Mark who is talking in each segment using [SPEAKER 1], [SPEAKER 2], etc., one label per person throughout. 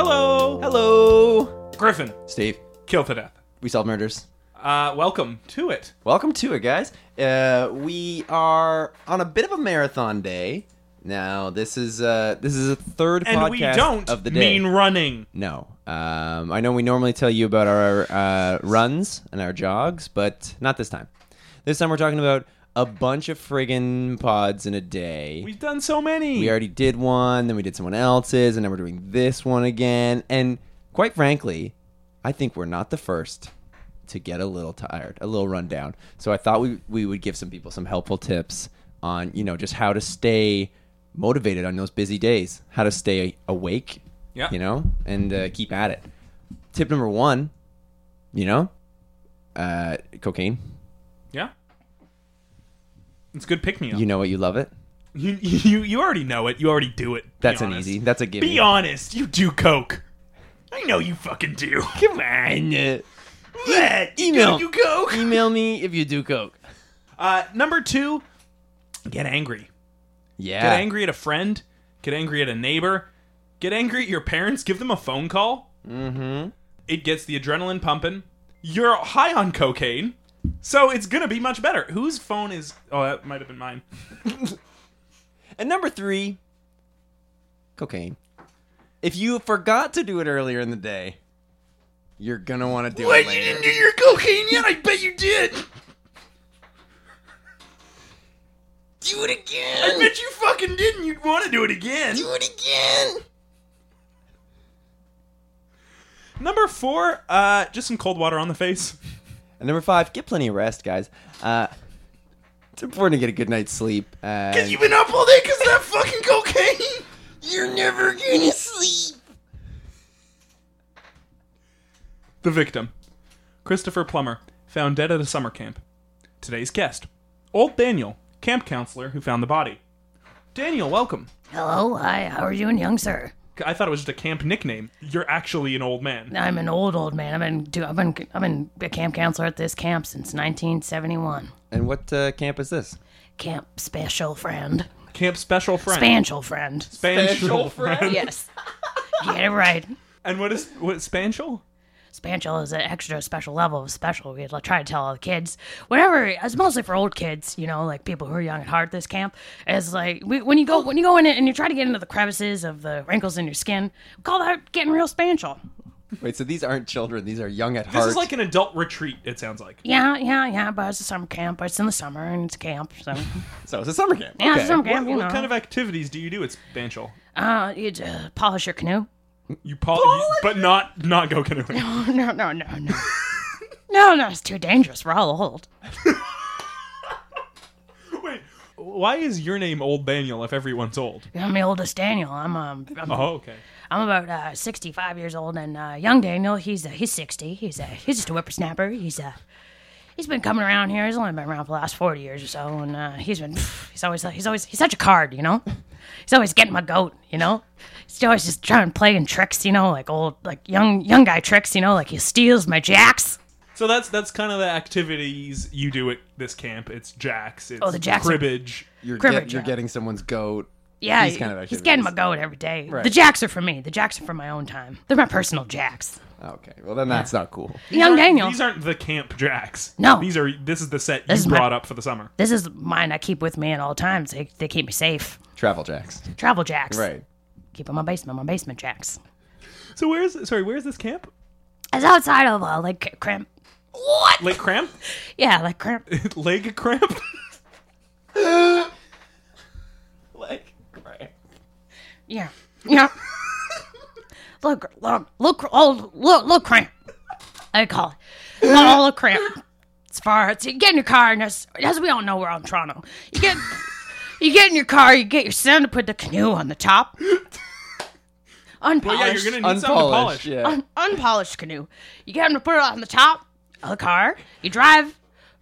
[SPEAKER 1] Hello!
[SPEAKER 2] Hello,
[SPEAKER 1] Griffin,
[SPEAKER 2] Steve.
[SPEAKER 1] kill to death.
[SPEAKER 2] We solve murders.
[SPEAKER 1] Uh, welcome to it.
[SPEAKER 2] Welcome to it, guys. Uh, we are on a bit of a marathon day. Now, this is uh, this is a third
[SPEAKER 1] And
[SPEAKER 2] podcast
[SPEAKER 1] we don't
[SPEAKER 2] of the day.
[SPEAKER 1] mean running.
[SPEAKER 2] no, um, I know we normally tell you about our uh, runs and our jogs, but not this time. This time we're talking about a bunch of friggin' pods in a day.
[SPEAKER 1] We've done so many.
[SPEAKER 2] we already did one, then we did someone else's, and now we're doing this one again. And quite frankly, I think we're not the first to get a little tired, a little run down. So I thought we we would give some people some helpful tips on, you know, just how to stay motivated on those busy days, how to stay awake,
[SPEAKER 1] Yeah.
[SPEAKER 2] you know, and uh, keep at it. Tip number one, you know, uh, cocaine.
[SPEAKER 1] Yeah. It's good pick me up.
[SPEAKER 2] You know what you love it.
[SPEAKER 1] You, you you already know it. You already do it. Be
[SPEAKER 2] That's an
[SPEAKER 1] honest.
[SPEAKER 2] easy. That's a given.
[SPEAKER 1] Be honest. You do coke. I know you fucking do.
[SPEAKER 2] Come on. uh,
[SPEAKER 1] What? You
[SPEAKER 2] Email.
[SPEAKER 1] do coke.
[SPEAKER 2] Email me if you do coke.
[SPEAKER 1] Uh, number two, get angry.
[SPEAKER 2] Yeah.
[SPEAKER 1] Get angry at a friend. Get angry at a neighbor. Get angry at your parents. Give them a phone call. Mm-hmm. It gets the adrenaline pumping. You're high on cocaine, so it's gonna be much better. Whose phone is? Oh, that might have been mine.
[SPEAKER 2] And number three, cocaine. If you forgot to do it earlier in the day, you're gonna want to do it later.
[SPEAKER 1] do your cocaine yet? I bet you did.
[SPEAKER 2] do it
[SPEAKER 1] I
[SPEAKER 2] again.
[SPEAKER 1] bet you fucking didn't. You'd want to do it again.
[SPEAKER 2] it again.
[SPEAKER 1] Number four, uh, just some cold water on the face.
[SPEAKER 2] And number five, get plenty of rest, guys. Uh, it's important to get a good night's sleep. Uh,
[SPEAKER 1] been up all day because of that fucking cocaine.
[SPEAKER 2] you're never gonna sleep.
[SPEAKER 1] The victim, Christopher Plummer, found dead at a summer camp. Today's guest, old Daniel, camp counselor who found the body. Daniel, welcome.
[SPEAKER 3] Hello, hi, how are you and young sir?
[SPEAKER 1] I thought it was just a camp nickname. You're actually an old man.
[SPEAKER 3] I'm an old, old man. I've been, do, I've been, I've been a camp counselor at this camp since 1971.
[SPEAKER 2] And what uh, camp is this?
[SPEAKER 3] Camp special friend,
[SPEAKER 1] Camp special friend.
[SPEAKER 3] spaniel friend.
[SPEAKER 1] Spaniel friend.
[SPEAKER 3] Yes, get it right.
[SPEAKER 1] And what is what spaniel?
[SPEAKER 3] Spaniel is an extra special level of special. We like, try to tell all the kids, whatever. It's mostly for old kids, you know, like people who are young at heart. This camp is like we, when you go when you go in it and you try to get into the crevices of the wrinkles in your skin. We call that getting real spaniel.
[SPEAKER 2] Wait, so these aren't children; these are young at
[SPEAKER 1] This
[SPEAKER 2] heart.
[SPEAKER 1] is like an adult retreat. It sounds like.
[SPEAKER 3] Yeah, yeah, yeah. But it's a summer camp. But it's in the summer and it's camp, so.
[SPEAKER 2] so it's a summer camp.
[SPEAKER 3] Yeah,
[SPEAKER 2] okay.
[SPEAKER 3] some camp, you
[SPEAKER 1] What
[SPEAKER 3] know.
[SPEAKER 1] kind of activities do you do at spaniel?
[SPEAKER 3] uh, you uh, polish your canoe?
[SPEAKER 1] You pol- you- but not not go canoeing.
[SPEAKER 3] Oh, no, no, no, no. no, no, it's too dangerous. We're all old.
[SPEAKER 1] Wait, why is your name Old Daniel if everyone's old?
[SPEAKER 3] I'm the oldest Daniel. I'm um, I'm,
[SPEAKER 1] Oh, okay.
[SPEAKER 3] I'm about uh, 65 years old, and uh, young Daniel, he's uh, he's 60. He's uh, he's just a whippersnapper. He's uh, he's been coming around here. He's only been around for the last 40 years or so, and uh, he's been he's always he's always he's such a card, you know. He's always getting my goat, you know. He's always just trying to play in tricks, you know, like old like young young guy tricks, you know, like he steals my jacks.
[SPEAKER 1] So that's that's kind of the activities you do at this camp. It's jacks. It's
[SPEAKER 3] Oh, the jacks are-
[SPEAKER 1] cribbage.
[SPEAKER 2] You're,
[SPEAKER 3] Cribbage,
[SPEAKER 2] get- you're
[SPEAKER 3] yeah.
[SPEAKER 2] getting someone's goat.
[SPEAKER 3] Yeah,
[SPEAKER 2] These kind of
[SPEAKER 3] he's getting my
[SPEAKER 2] activities.
[SPEAKER 3] goat every day. The jacks are for me. The jacks are for my own time. They're my personal jacks.
[SPEAKER 2] Okay, well then that's not cool.
[SPEAKER 3] Young Daniel,
[SPEAKER 1] These aren't the camp jacks.
[SPEAKER 3] No.
[SPEAKER 1] These are this is the set
[SPEAKER 3] This
[SPEAKER 1] you
[SPEAKER 3] is my-
[SPEAKER 1] brought up for the summer.
[SPEAKER 3] this is mine. I keep with me at all times. They, they keep me safe.
[SPEAKER 2] Travel jacks.
[SPEAKER 3] Travel jacks.
[SPEAKER 2] Right.
[SPEAKER 3] Keep in my basement. My basement jacks.
[SPEAKER 1] So where's sorry, where's this camp?
[SPEAKER 3] It's outside of uh, like cramp. What?
[SPEAKER 1] Leg cramp?
[SPEAKER 3] Yeah, like cramp.
[SPEAKER 1] Leg cramp?
[SPEAKER 2] Like, right.
[SPEAKER 3] Yeah. Yeah. look, look, look, oh, look, look, cramp. I call it. Oh, look, cramp. It's far. It's, you get in your car, and as, as we all know, we're all in Toronto. You get, you get in your car, you get your son to put the canoe on the top.
[SPEAKER 1] Well,
[SPEAKER 3] unpolished,
[SPEAKER 1] yeah, you're gonna need something to
[SPEAKER 4] Unpolished.
[SPEAKER 1] polish.
[SPEAKER 4] Yeah.
[SPEAKER 3] un- unpolished canoe. You get him to put it on the top of the car. You drive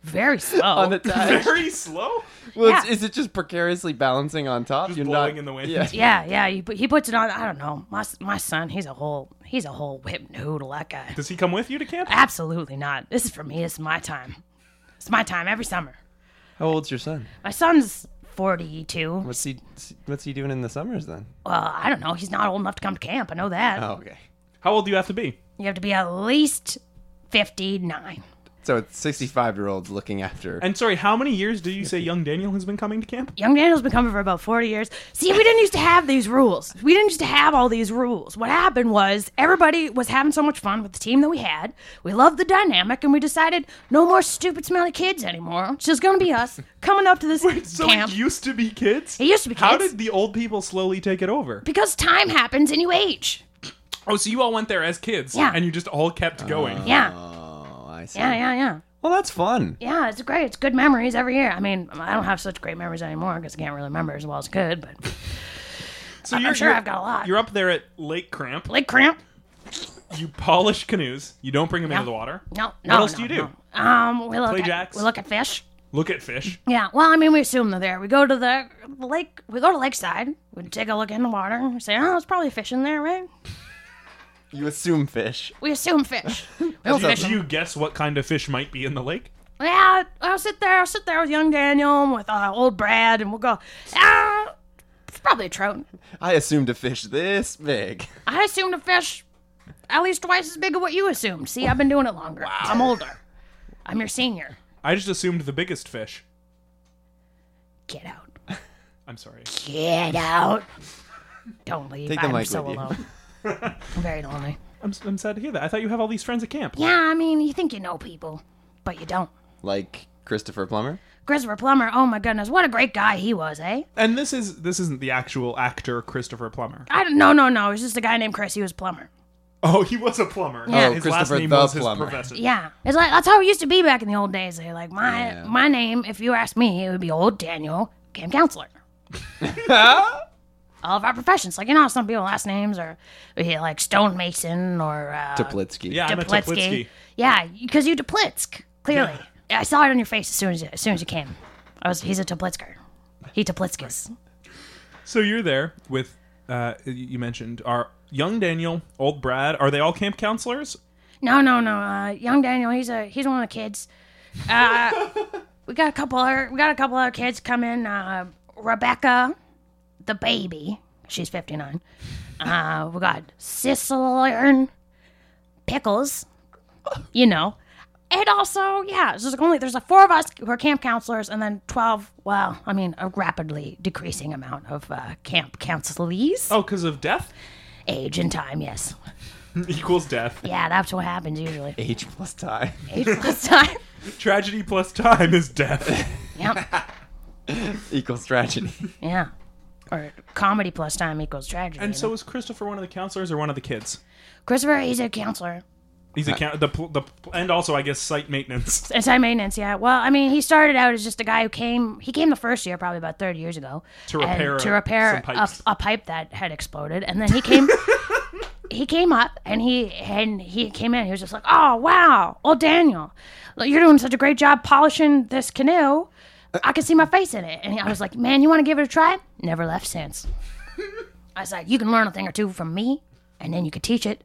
[SPEAKER 3] very slow.
[SPEAKER 4] on the tires.
[SPEAKER 1] Very slow.
[SPEAKER 4] Well, it's,
[SPEAKER 3] Yeah.
[SPEAKER 4] is it just precariously balancing on top?
[SPEAKER 1] Just
[SPEAKER 4] You're
[SPEAKER 1] blowing
[SPEAKER 4] not
[SPEAKER 1] in the wind.
[SPEAKER 4] Yeah.
[SPEAKER 3] yeah, yeah. He, put- he puts it on. I don't know. My s- my son, he's a whole he's a whole whip noodle. That guy.
[SPEAKER 1] Does he come with you to camp?
[SPEAKER 3] Absolutely not. This is for me. This is my time. It's my time every summer.
[SPEAKER 4] How old's your son?
[SPEAKER 3] My son's 42.
[SPEAKER 4] What's he What's he doing in the summers then?
[SPEAKER 3] Well, I don't know. He's not old enough to come to camp. I know that.
[SPEAKER 4] Oh, okay.
[SPEAKER 1] How old do you have to be?
[SPEAKER 3] You have to be at least 59.
[SPEAKER 4] So it's 65 year olds looking after.
[SPEAKER 1] And sorry, how many years do you say young Daniel has been coming to camp?
[SPEAKER 3] Young Daniel's been coming for about 40 years. See, we didn't used to have these rules. We didn't used to have all these rules. What happened was everybody was having so much fun with the team that we had. We loved the dynamic, and we decided no more stupid, smelly kids anymore. It's just going to be us coming up to this
[SPEAKER 1] So
[SPEAKER 3] camp.
[SPEAKER 1] it used to be kids.
[SPEAKER 3] It used to be
[SPEAKER 1] How
[SPEAKER 3] kids.
[SPEAKER 1] did the old people slowly take it over?
[SPEAKER 3] because time happens and you age.
[SPEAKER 1] Oh, so you all went there as kids,
[SPEAKER 3] Yeah.
[SPEAKER 1] and you just all kept going.
[SPEAKER 3] Yeah.
[SPEAKER 4] Oh, I see.
[SPEAKER 3] Yeah, yeah, yeah.
[SPEAKER 4] Well, that's fun.
[SPEAKER 3] Yeah, it's great. It's good memories every year. I mean, I don't have such great memories anymore because I can't really remember as well as good. But
[SPEAKER 1] So
[SPEAKER 3] I'm
[SPEAKER 1] you're,
[SPEAKER 3] sure
[SPEAKER 1] you're-
[SPEAKER 3] I've got a lot.
[SPEAKER 1] You're up there at Lake Cramp.
[SPEAKER 3] Lake Cramp?
[SPEAKER 1] You polish canoes. You don't bring them into the water.
[SPEAKER 3] No, no.
[SPEAKER 1] else
[SPEAKER 3] no,
[SPEAKER 1] do you do?
[SPEAKER 3] no. Um, we look
[SPEAKER 1] Play
[SPEAKER 3] at,
[SPEAKER 1] jacks?
[SPEAKER 3] We look at fish.
[SPEAKER 1] Look at fish.
[SPEAKER 3] Yeah. Well, I mean, we assume they're there. We go to the the lake. We go to Lakeside. We take a look in the water. and We say, oh, there's probably fish in there, right?
[SPEAKER 4] You assume fish.
[SPEAKER 3] We assume fish. we don't
[SPEAKER 1] Do
[SPEAKER 3] fish.
[SPEAKER 1] do you guess what kind of fish might be in the lake?
[SPEAKER 3] Yeah, I'll sit there. I'll sit there with young Daniel and with uh, old Brad, and we'll go. Ah, it's probably a trout.
[SPEAKER 4] I assumed a fish this big.
[SPEAKER 3] I assumed a fish at least twice as big as what you assumed. See, I've been doing it longer. I'm older. I'm your senior.
[SPEAKER 1] I just assumed the biggest fish.
[SPEAKER 3] Get out.
[SPEAKER 1] I'm sorry.
[SPEAKER 3] Get out. Don't leave.
[SPEAKER 4] Take the
[SPEAKER 3] I'm
[SPEAKER 4] mic
[SPEAKER 3] so
[SPEAKER 4] with you.
[SPEAKER 3] alone. I'm very lonely.
[SPEAKER 1] I'm, I'm sad to hear that. I thought you have all these friends at camp.
[SPEAKER 3] Yeah, I mean, you think you know people, but you don't.
[SPEAKER 4] Like Christopher Plummer?
[SPEAKER 3] Christopher Plummer, oh my goodness, what a great guy he was, eh?
[SPEAKER 1] And this is this isn't the actual actor Christopher Plummer.
[SPEAKER 3] I don't, no, no, no. It was just a guy named Chris. He was a plumber.
[SPEAKER 1] Oh, he was a plumber.
[SPEAKER 3] Yeah. Oh,
[SPEAKER 1] his last
[SPEAKER 4] Christopher
[SPEAKER 1] name
[SPEAKER 4] the
[SPEAKER 1] was
[SPEAKER 4] Plumber.
[SPEAKER 1] his professor.
[SPEAKER 3] Yeah, it's like that's how it used to be back in the old days. They're like my
[SPEAKER 4] Yeah.
[SPEAKER 3] my name, if you asked me, it would be Old Daniel Camp Counselor. All of our professions, like you know, some people last names are yeah, like stonemason or uh,
[SPEAKER 4] Toplitsky.
[SPEAKER 1] Yeah, I'm a
[SPEAKER 3] Toplitsky.
[SPEAKER 1] Toplitsky.
[SPEAKER 3] Yeah, because you Toplitsk clearly. I saw it on your face as soon as you, as soon as you came. I was he's a Toplitsker. He Toplitskis.
[SPEAKER 1] So you're there with uh, you mentioned our young Daniel, old Brad. Are they all camp counselors?
[SPEAKER 3] No, no, no. Uh, young Daniel, he's a he's one of the kids. Uh, we got a couple other we got a couple other kids come in. Uh, Rebecca, the baby, she's fifty nine. Uh, we got Sicilian pickles, you know, and also yeah. There's like only there's like four of us who are camp counselors, and then twelve. Well, I mean, a rapidly decreasing amount of uh, camp counselees.
[SPEAKER 1] Oh, because of death
[SPEAKER 3] Age and time, yes.
[SPEAKER 1] equals death.
[SPEAKER 3] Yeah, that's what happens usually.
[SPEAKER 4] Age plus time.
[SPEAKER 3] Age plus time.
[SPEAKER 1] Tragedy plus time is death.
[SPEAKER 3] Yep.
[SPEAKER 4] equals tragedy.
[SPEAKER 3] Yeah. Or comedy plus time equals tragedy.
[SPEAKER 1] and so is Christopher one of the counselors or one of the kids?
[SPEAKER 3] Christopher, he's a counselor.
[SPEAKER 1] He's a coun- the pl- the pl- and also I guess site maintenance.
[SPEAKER 3] It's high maintenance, yeah. Well, I mean, he started out as just a guy who came. He came the first year, probably about thirty years ago,
[SPEAKER 1] To
[SPEAKER 3] and-
[SPEAKER 1] repair
[SPEAKER 3] to
[SPEAKER 1] a-
[SPEAKER 3] repair
[SPEAKER 1] some
[SPEAKER 3] a,
[SPEAKER 1] pipes.
[SPEAKER 3] a pipe that had exploded, and then he came. he came up and he and he came in. He was just like, "Oh wow, oh Daniel, look, you're doing such a great job polishing this canoe. I can see my face in it." And I was like, "Man, you want to give it a try?" Never left since. I was like, "You can learn a thing or two from me, and then you can teach it."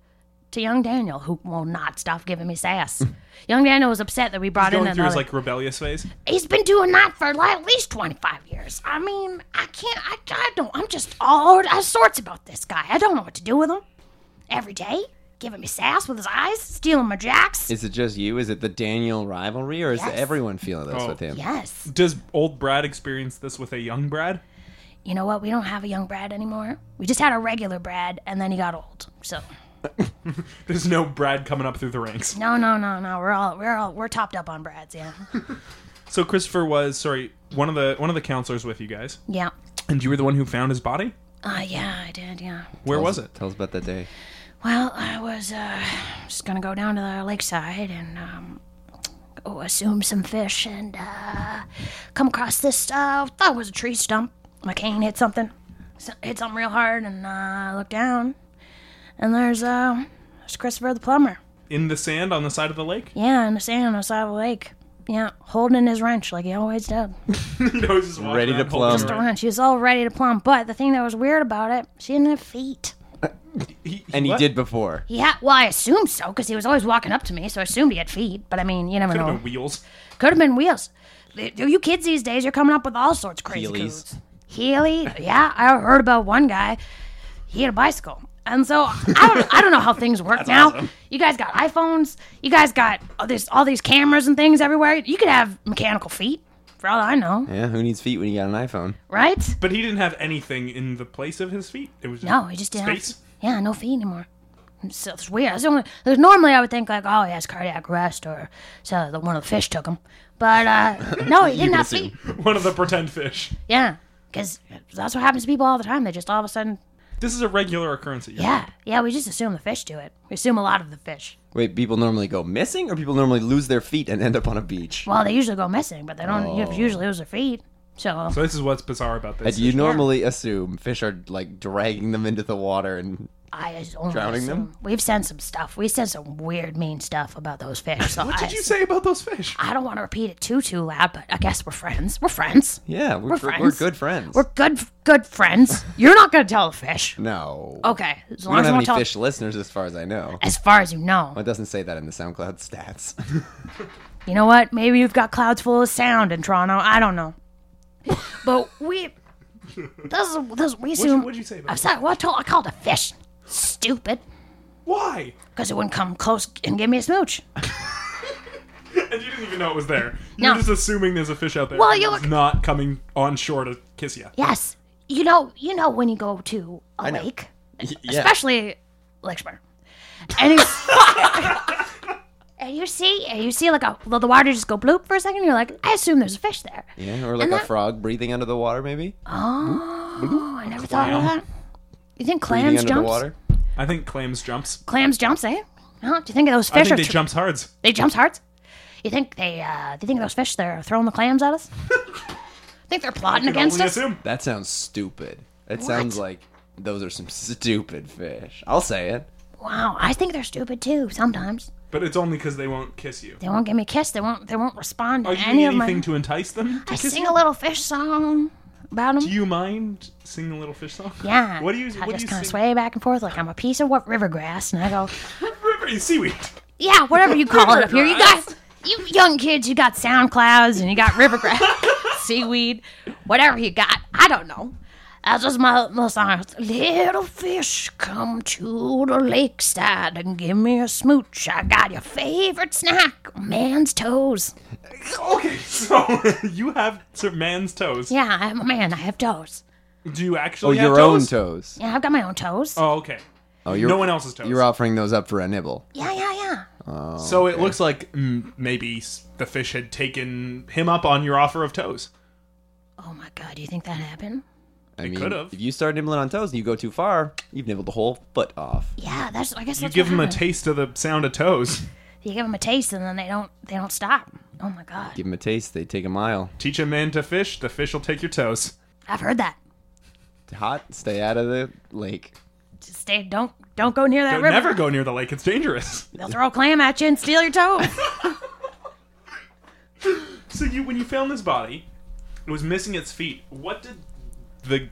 [SPEAKER 3] To young Daniel, who will not stop giving me sass. young Daniel was upset that we brought
[SPEAKER 1] Hmm.
[SPEAKER 3] in
[SPEAKER 1] Going
[SPEAKER 3] another
[SPEAKER 1] through his like rebellious phase.
[SPEAKER 3] he's been doing that for like at least 25 years. I mean, I can't, I, I don't, I'm just all out of sorts about this guy. I don't know what to do with him. Every day, giving me sass with his eyes, stealing my jacks.
[SPEAKER 4] Is it just you? Is it the Daniel rivalry, or is
[SPEAKER 3] Yes.
[SPEAKER 4] everyone feeling this
[SPEAKER 1] Oh.
[SPEAKER 4] with him?
[SPEAKER 3] yes.
[SPEAKER 1] Does old Brad experience this with a young Brad?
[SPEAKER 3] You know what? We don't have a young Brad anymore. We just had a regular Brad, and then he got old. So,
[SPEAKER 1] There's no Brad coming up through the ranks.
[SPEAKER 3] no, no, no, no. We're all, we're all, we're topped up on Brads, yeah.
[SPEAKER 1] So Christopher was sorry one of the one of the counselors with you guys,
[SPEAKER 3] Yeah.
[SPEAKER 1] and you were the one who found his body.
[SPEAKER 3] Uh, yeah, I did, yeah.
[SPEAKER 1] Where was it?
[SPEAKER 4] Tell us about that day.
[SPEAKER 3] Well, I was uh, just gonna go down to the lakeside and um, go assume some fish and uh, come across this. Uh, thought it was a tree stump. My cane hit something, so, hit something real hard, and uh, I looked down. And there's uh, there's Christopher the plumber.
[SPEAKER 1] in the sand on the side of the lake.
[SPEAKER 3] Yeah, in the sand on the side of the lake. Yeah, holding his wrench like he always did.
[SPEAKER 1] you know, he's just walking
[SPEAKER 4] Ready to
[SPEAKER 1] around holding
[SPEAKER 4] plumb.
[SPEAKER 1] his
[SPEAKER 3] The
[SPEAKER 1] wrench.
[SPEAKER 3] wrench. She was all ready to plumb, but the thing that was weird about it, she didn't have feet.
[SPEAKER 1] He,
[SPEAKER 4] And he
[SPEAKER 1] what?
[SPEAKER 4] did before.
[SPEAKER 3] Yeah, well, I assumed so because he was always walking up to me, so I assumed he had feet. But I mean, you never
[SPEAKER 1] Could have
[SPEAKER 3] know.
[SPEAKER 1] been wheels.
[SPEAKER 3] Could have been wheels. Th- You kids these days, you're coming up with all sorts of crazy
[SPEAKER 4] Heelys.
[SPEAKER 3] codes. Healy, yeah, I heard about one guy. He had a bicycle, and so I don't, I don't know how things work now.
[SPEAKER 1] awesome.
[SPEAKER 3] You guys got iPhones. You guys got all this, all these cameras and things everywhere. You could have mechanical feet, for all I know,
[SPEAKER 4] Yeah, who needs feet when you got an iPhone?
[SPEAKER 3] right?
[SPEAKER 1] But he didn't have anything in the place of his feet. It was just
[SPEAKER 3] No, he just didn't. have-
[SPEAKER 1] space.
[SPEAKER 3] yeah, no feet anymore. So it's weird. It's only, like, normally, I would think like, oh, he has cardiac arrest or so the, one of the fish took him. But uh, no, he didn't have
[SPEAKER 4] assume.
[SPEAKER 3] feet.
[SPEAKER 1] One of the pretend fish.
[SPEAKER 3] Yeah, because that's what happens to people all the time. They just all of a sudden,
[SPEAKER 1] This is a regular occurrence. At your
[SPEAKER 3] yeah, yeah. We just assume the fish do it. We assume a lot of the fish.
[SPEAKER 4] Wait, people normally go missing, or people normally lose their feet and end up on a beach?
[SPEAKER 3] Well, they usually go missing, but they don't usually lose their feet. So
[SPEAKER 1] So this is what's bizarre about this.
[SPEAKER 4] You normally assume fish are like dragging them into the water, and
[SPEAKER 3] I just only
[SPEAKER 4] Drowning them?
[SPEAKER 3] assume- We've said some stuff. We said some weird, mean stuff about those fish. So
[SPEAKER 1] what
[SPEAKER 3] I,
[SPEAKER 1] did you say about those fish?
[SPEAKER 3] I don't want to repeat it too, too loud. But I guess we're friends. We're friends.
[SPEAKER 4] yeah, we're,
[SPEAKER 3] We're
[SPEAKER 4] we're
[SPEAKER 3] friends.
[SPEAKER 4] good friends.
[SPEAKER 3] We're good, good friends. You're not gonna tell the fish.
[SPEAKER 4] no,
[SPEAKER 3] Okay, as
[SPEAKER 4] we don't
[SPEAKER 3] long as you
[SPEAKER 4] have
[SPEAKER 3] don't
[SPEAKER 4] any
[SPEAKER 3] Oh, tell.
[SPEAKER 4] fish listeners, as far as I know.
[SPEAKER 3] As far as you know,
[SPEAKER 4] It doesn't say that in the SoundCloud stats.
[SPEAKER 3] you know what? Maybe you've got clouds full of sound in Toronto. I don't know, but we. This is this we
[SPEAKER 1] What'd you,
[SPEAKER 3] assume.
[SPEAKER 1] what'd you say about
[SPEAKER 3] I
[SPEAKER 1] it?
[SPEAKER 3] said well, I, told, I called a fish stupid
[SPEAKER 1] Why?
[SPEAKER 3] because it wouldn't come close and give me a smooch.
[SPEAKER 1] And you didn't even know it was there.
[SPEAKER 3] No.
[SPEAKER 1] You're just assuming there's a fish out there.
[SPEAKER 3] Well,
[SPEAKER 1] and
[SPEAKER 3] you
[SPEAKER 1] it's
[SPEAKER 3] look-
[SPEAKER 1] not coming on shore to kiss you.
[SPEAKER 3] Yes, you know, you know when you go to a
[SPEAKER 4] know.
[SPEAKER 3] lake,
[SPEAKER 4] yeah.
[SPEAKER 3] especially Lakeshmore, and you, and you see, and you see like a the water just go bloop for a second. And you're like, I assume there's a fish there.
[SPEAKER 4] yeah, or like
[SPEAKER 3] And
[SPEAKER 4] a
[SPEAKER 3] that-
[SPEAKER 4] frog breathing under the water, maybe.
[SPEAKER 3] Oh, I never thought of
[SPEAKER 1] Clam.
[SPEAKER 3] that. You think
[SPEAKER 4] Breathing
[SPEAKER 3] clams
[SPEAKER 4] under the
[SPEAKER 3] jumps?
[SPEAKER 4] water.
[SPEAKER 1] I think clams jumps.
[SPEAKER 3] Clams jumps, eh? Huh? Do you think those
[SPEAKER 1] I
[SPEAKER 3] fish
[SPEAKER 1] think
[SPEAKER 3] are
[SPEAKER 1] they
[SPEAKER 3] tr-
[SPEAKER 1] jumps hards.
[SPEAKER 3] they jumps hard? You think they uh, do you think those fish they're throwing the clams at us? think they're plotting
[SPEAKER 1] Can
[SPEAKER 3] against
[SPEAKER 1] only
[SPEAKER 3] us?
[SPEAKER 1] assume.
[SPEAKER 4] That sounds stupid. It sounds like those are some stupid fish. I'll say it.
[SPEAKER 3] Oh, Wow, I think they're stupid too. Sometimes
[SPEAKER 1] But it's only because they won't kiss you.
[SPEAKER 3] they won't give me a kiss. They won't. They won't respond to
[SPEAKER 1] Are you
[SPEAKER 3] any
[SPEAKER 1] doing
[SPEAKER 3] of
[SPEAKER 1] anything
[SPEAKER 3] my.
[SPEAKER 1] to entice them? To
[SPEAKER 3] I
[SPEAKER 1] kiss
[SPEAKER 3] sing
[SPEAKER 1] you?
[SPEAKER 3] a little fish song about them.
[SPEAKER 1] Do you mind singing a little fish song?
[SPEAKER 3] yeah.
[SPEAKER 1] What do you?
[SPEAKER 3] I
[SPEAKER 1] what
[SPEAKER 3] just
[SPEAKER 1] do
[SPEAKER 3] kind
[SPEAKER 1] you
[SPEAKER 3] of
[SPEAKER 1] sing?
[SPEAKER 3] sway back and forth like I'm a piece of what river grass, and I go,
[SPEAKER 1] River seaweed.
[SPEAKER 3] yeah, whatever you call it up here. You
[SPEAKER 1] Rivergrass.
[SPEAKER 3] guys, you young kids, you got SoundClouds and you got river grass, seaweed, whatever you got. I don't know. That's just my little song. Little fish, come to the lakeside and give me a smooch. I got your favorite snack, man's toes.
[SPEAKER 1] Okay, so you have Sir Man's toes.
[SPEAKER 3] Yeah, I'm a man. I have toes.
[SPEAKER 1] Do you
[SPEAKER 4] Oh,
[SPEAKER 1] actually? have
[SPEAKER 4] your
[SPEAKER 1] toes?
[SPEAKER 4] own toes.
[SPEAKER 3] Yeah, I've got my own toes.
[SPEAKER 1] Oh, okay.
[SPEAKER 4] Oh, you're,
[SPEAKER 1] No one else's toes.
[SPEAKER 4] You're offering those up for a nibble.
[SPEAKER 3] Yeah, yeah, yeah.
[SPEAKER 1] So it looks like mm, maybe s- the fish had taken him up on your offer of toes.
[SPEAKER 3] Oh my god, do you think that happened?
[SPEAKER 4] I mean,
[SPEAKER 1] could've.
[SPEAKER 4] if you start nibbling on toes and you go too far, you've nibbled the whole foot off.
[SPEAKER 3] Yeah, that's. I guess
[SPEAKER 1] You
[SPEAKER 3] that's
[SPEAKER 1] give
[SPEAKER 3] what
[SPEAKER 1] him a
[SPEAKER 3] happened.
[SPEAKER 1] taste of the sound of toes.
[SPEAKER 3] You give them a taste, and then they don't. They don't stop. Oh my god,
[SPEAKER 4] Give them a taste, they take a mile.
[SPEAKER 1] Teach a man to fish, the fish will take your toes.
[SPEAKER 3] I've heard that.
[SPEAKER 4] Hot, stay out of the lake.
[SPEAKER 3] Just stay. Don't don't go near that
[SPEAKER 1] Don't
[SPEAKER 3] river.
[SPEAKER 1] never go near the lake; it's dangerous.
[SPEAKER 3] They'll throw a clam at you and steal your toes.
[SPEAKER 1] So you, when you found this body, it was missing its feet. What did the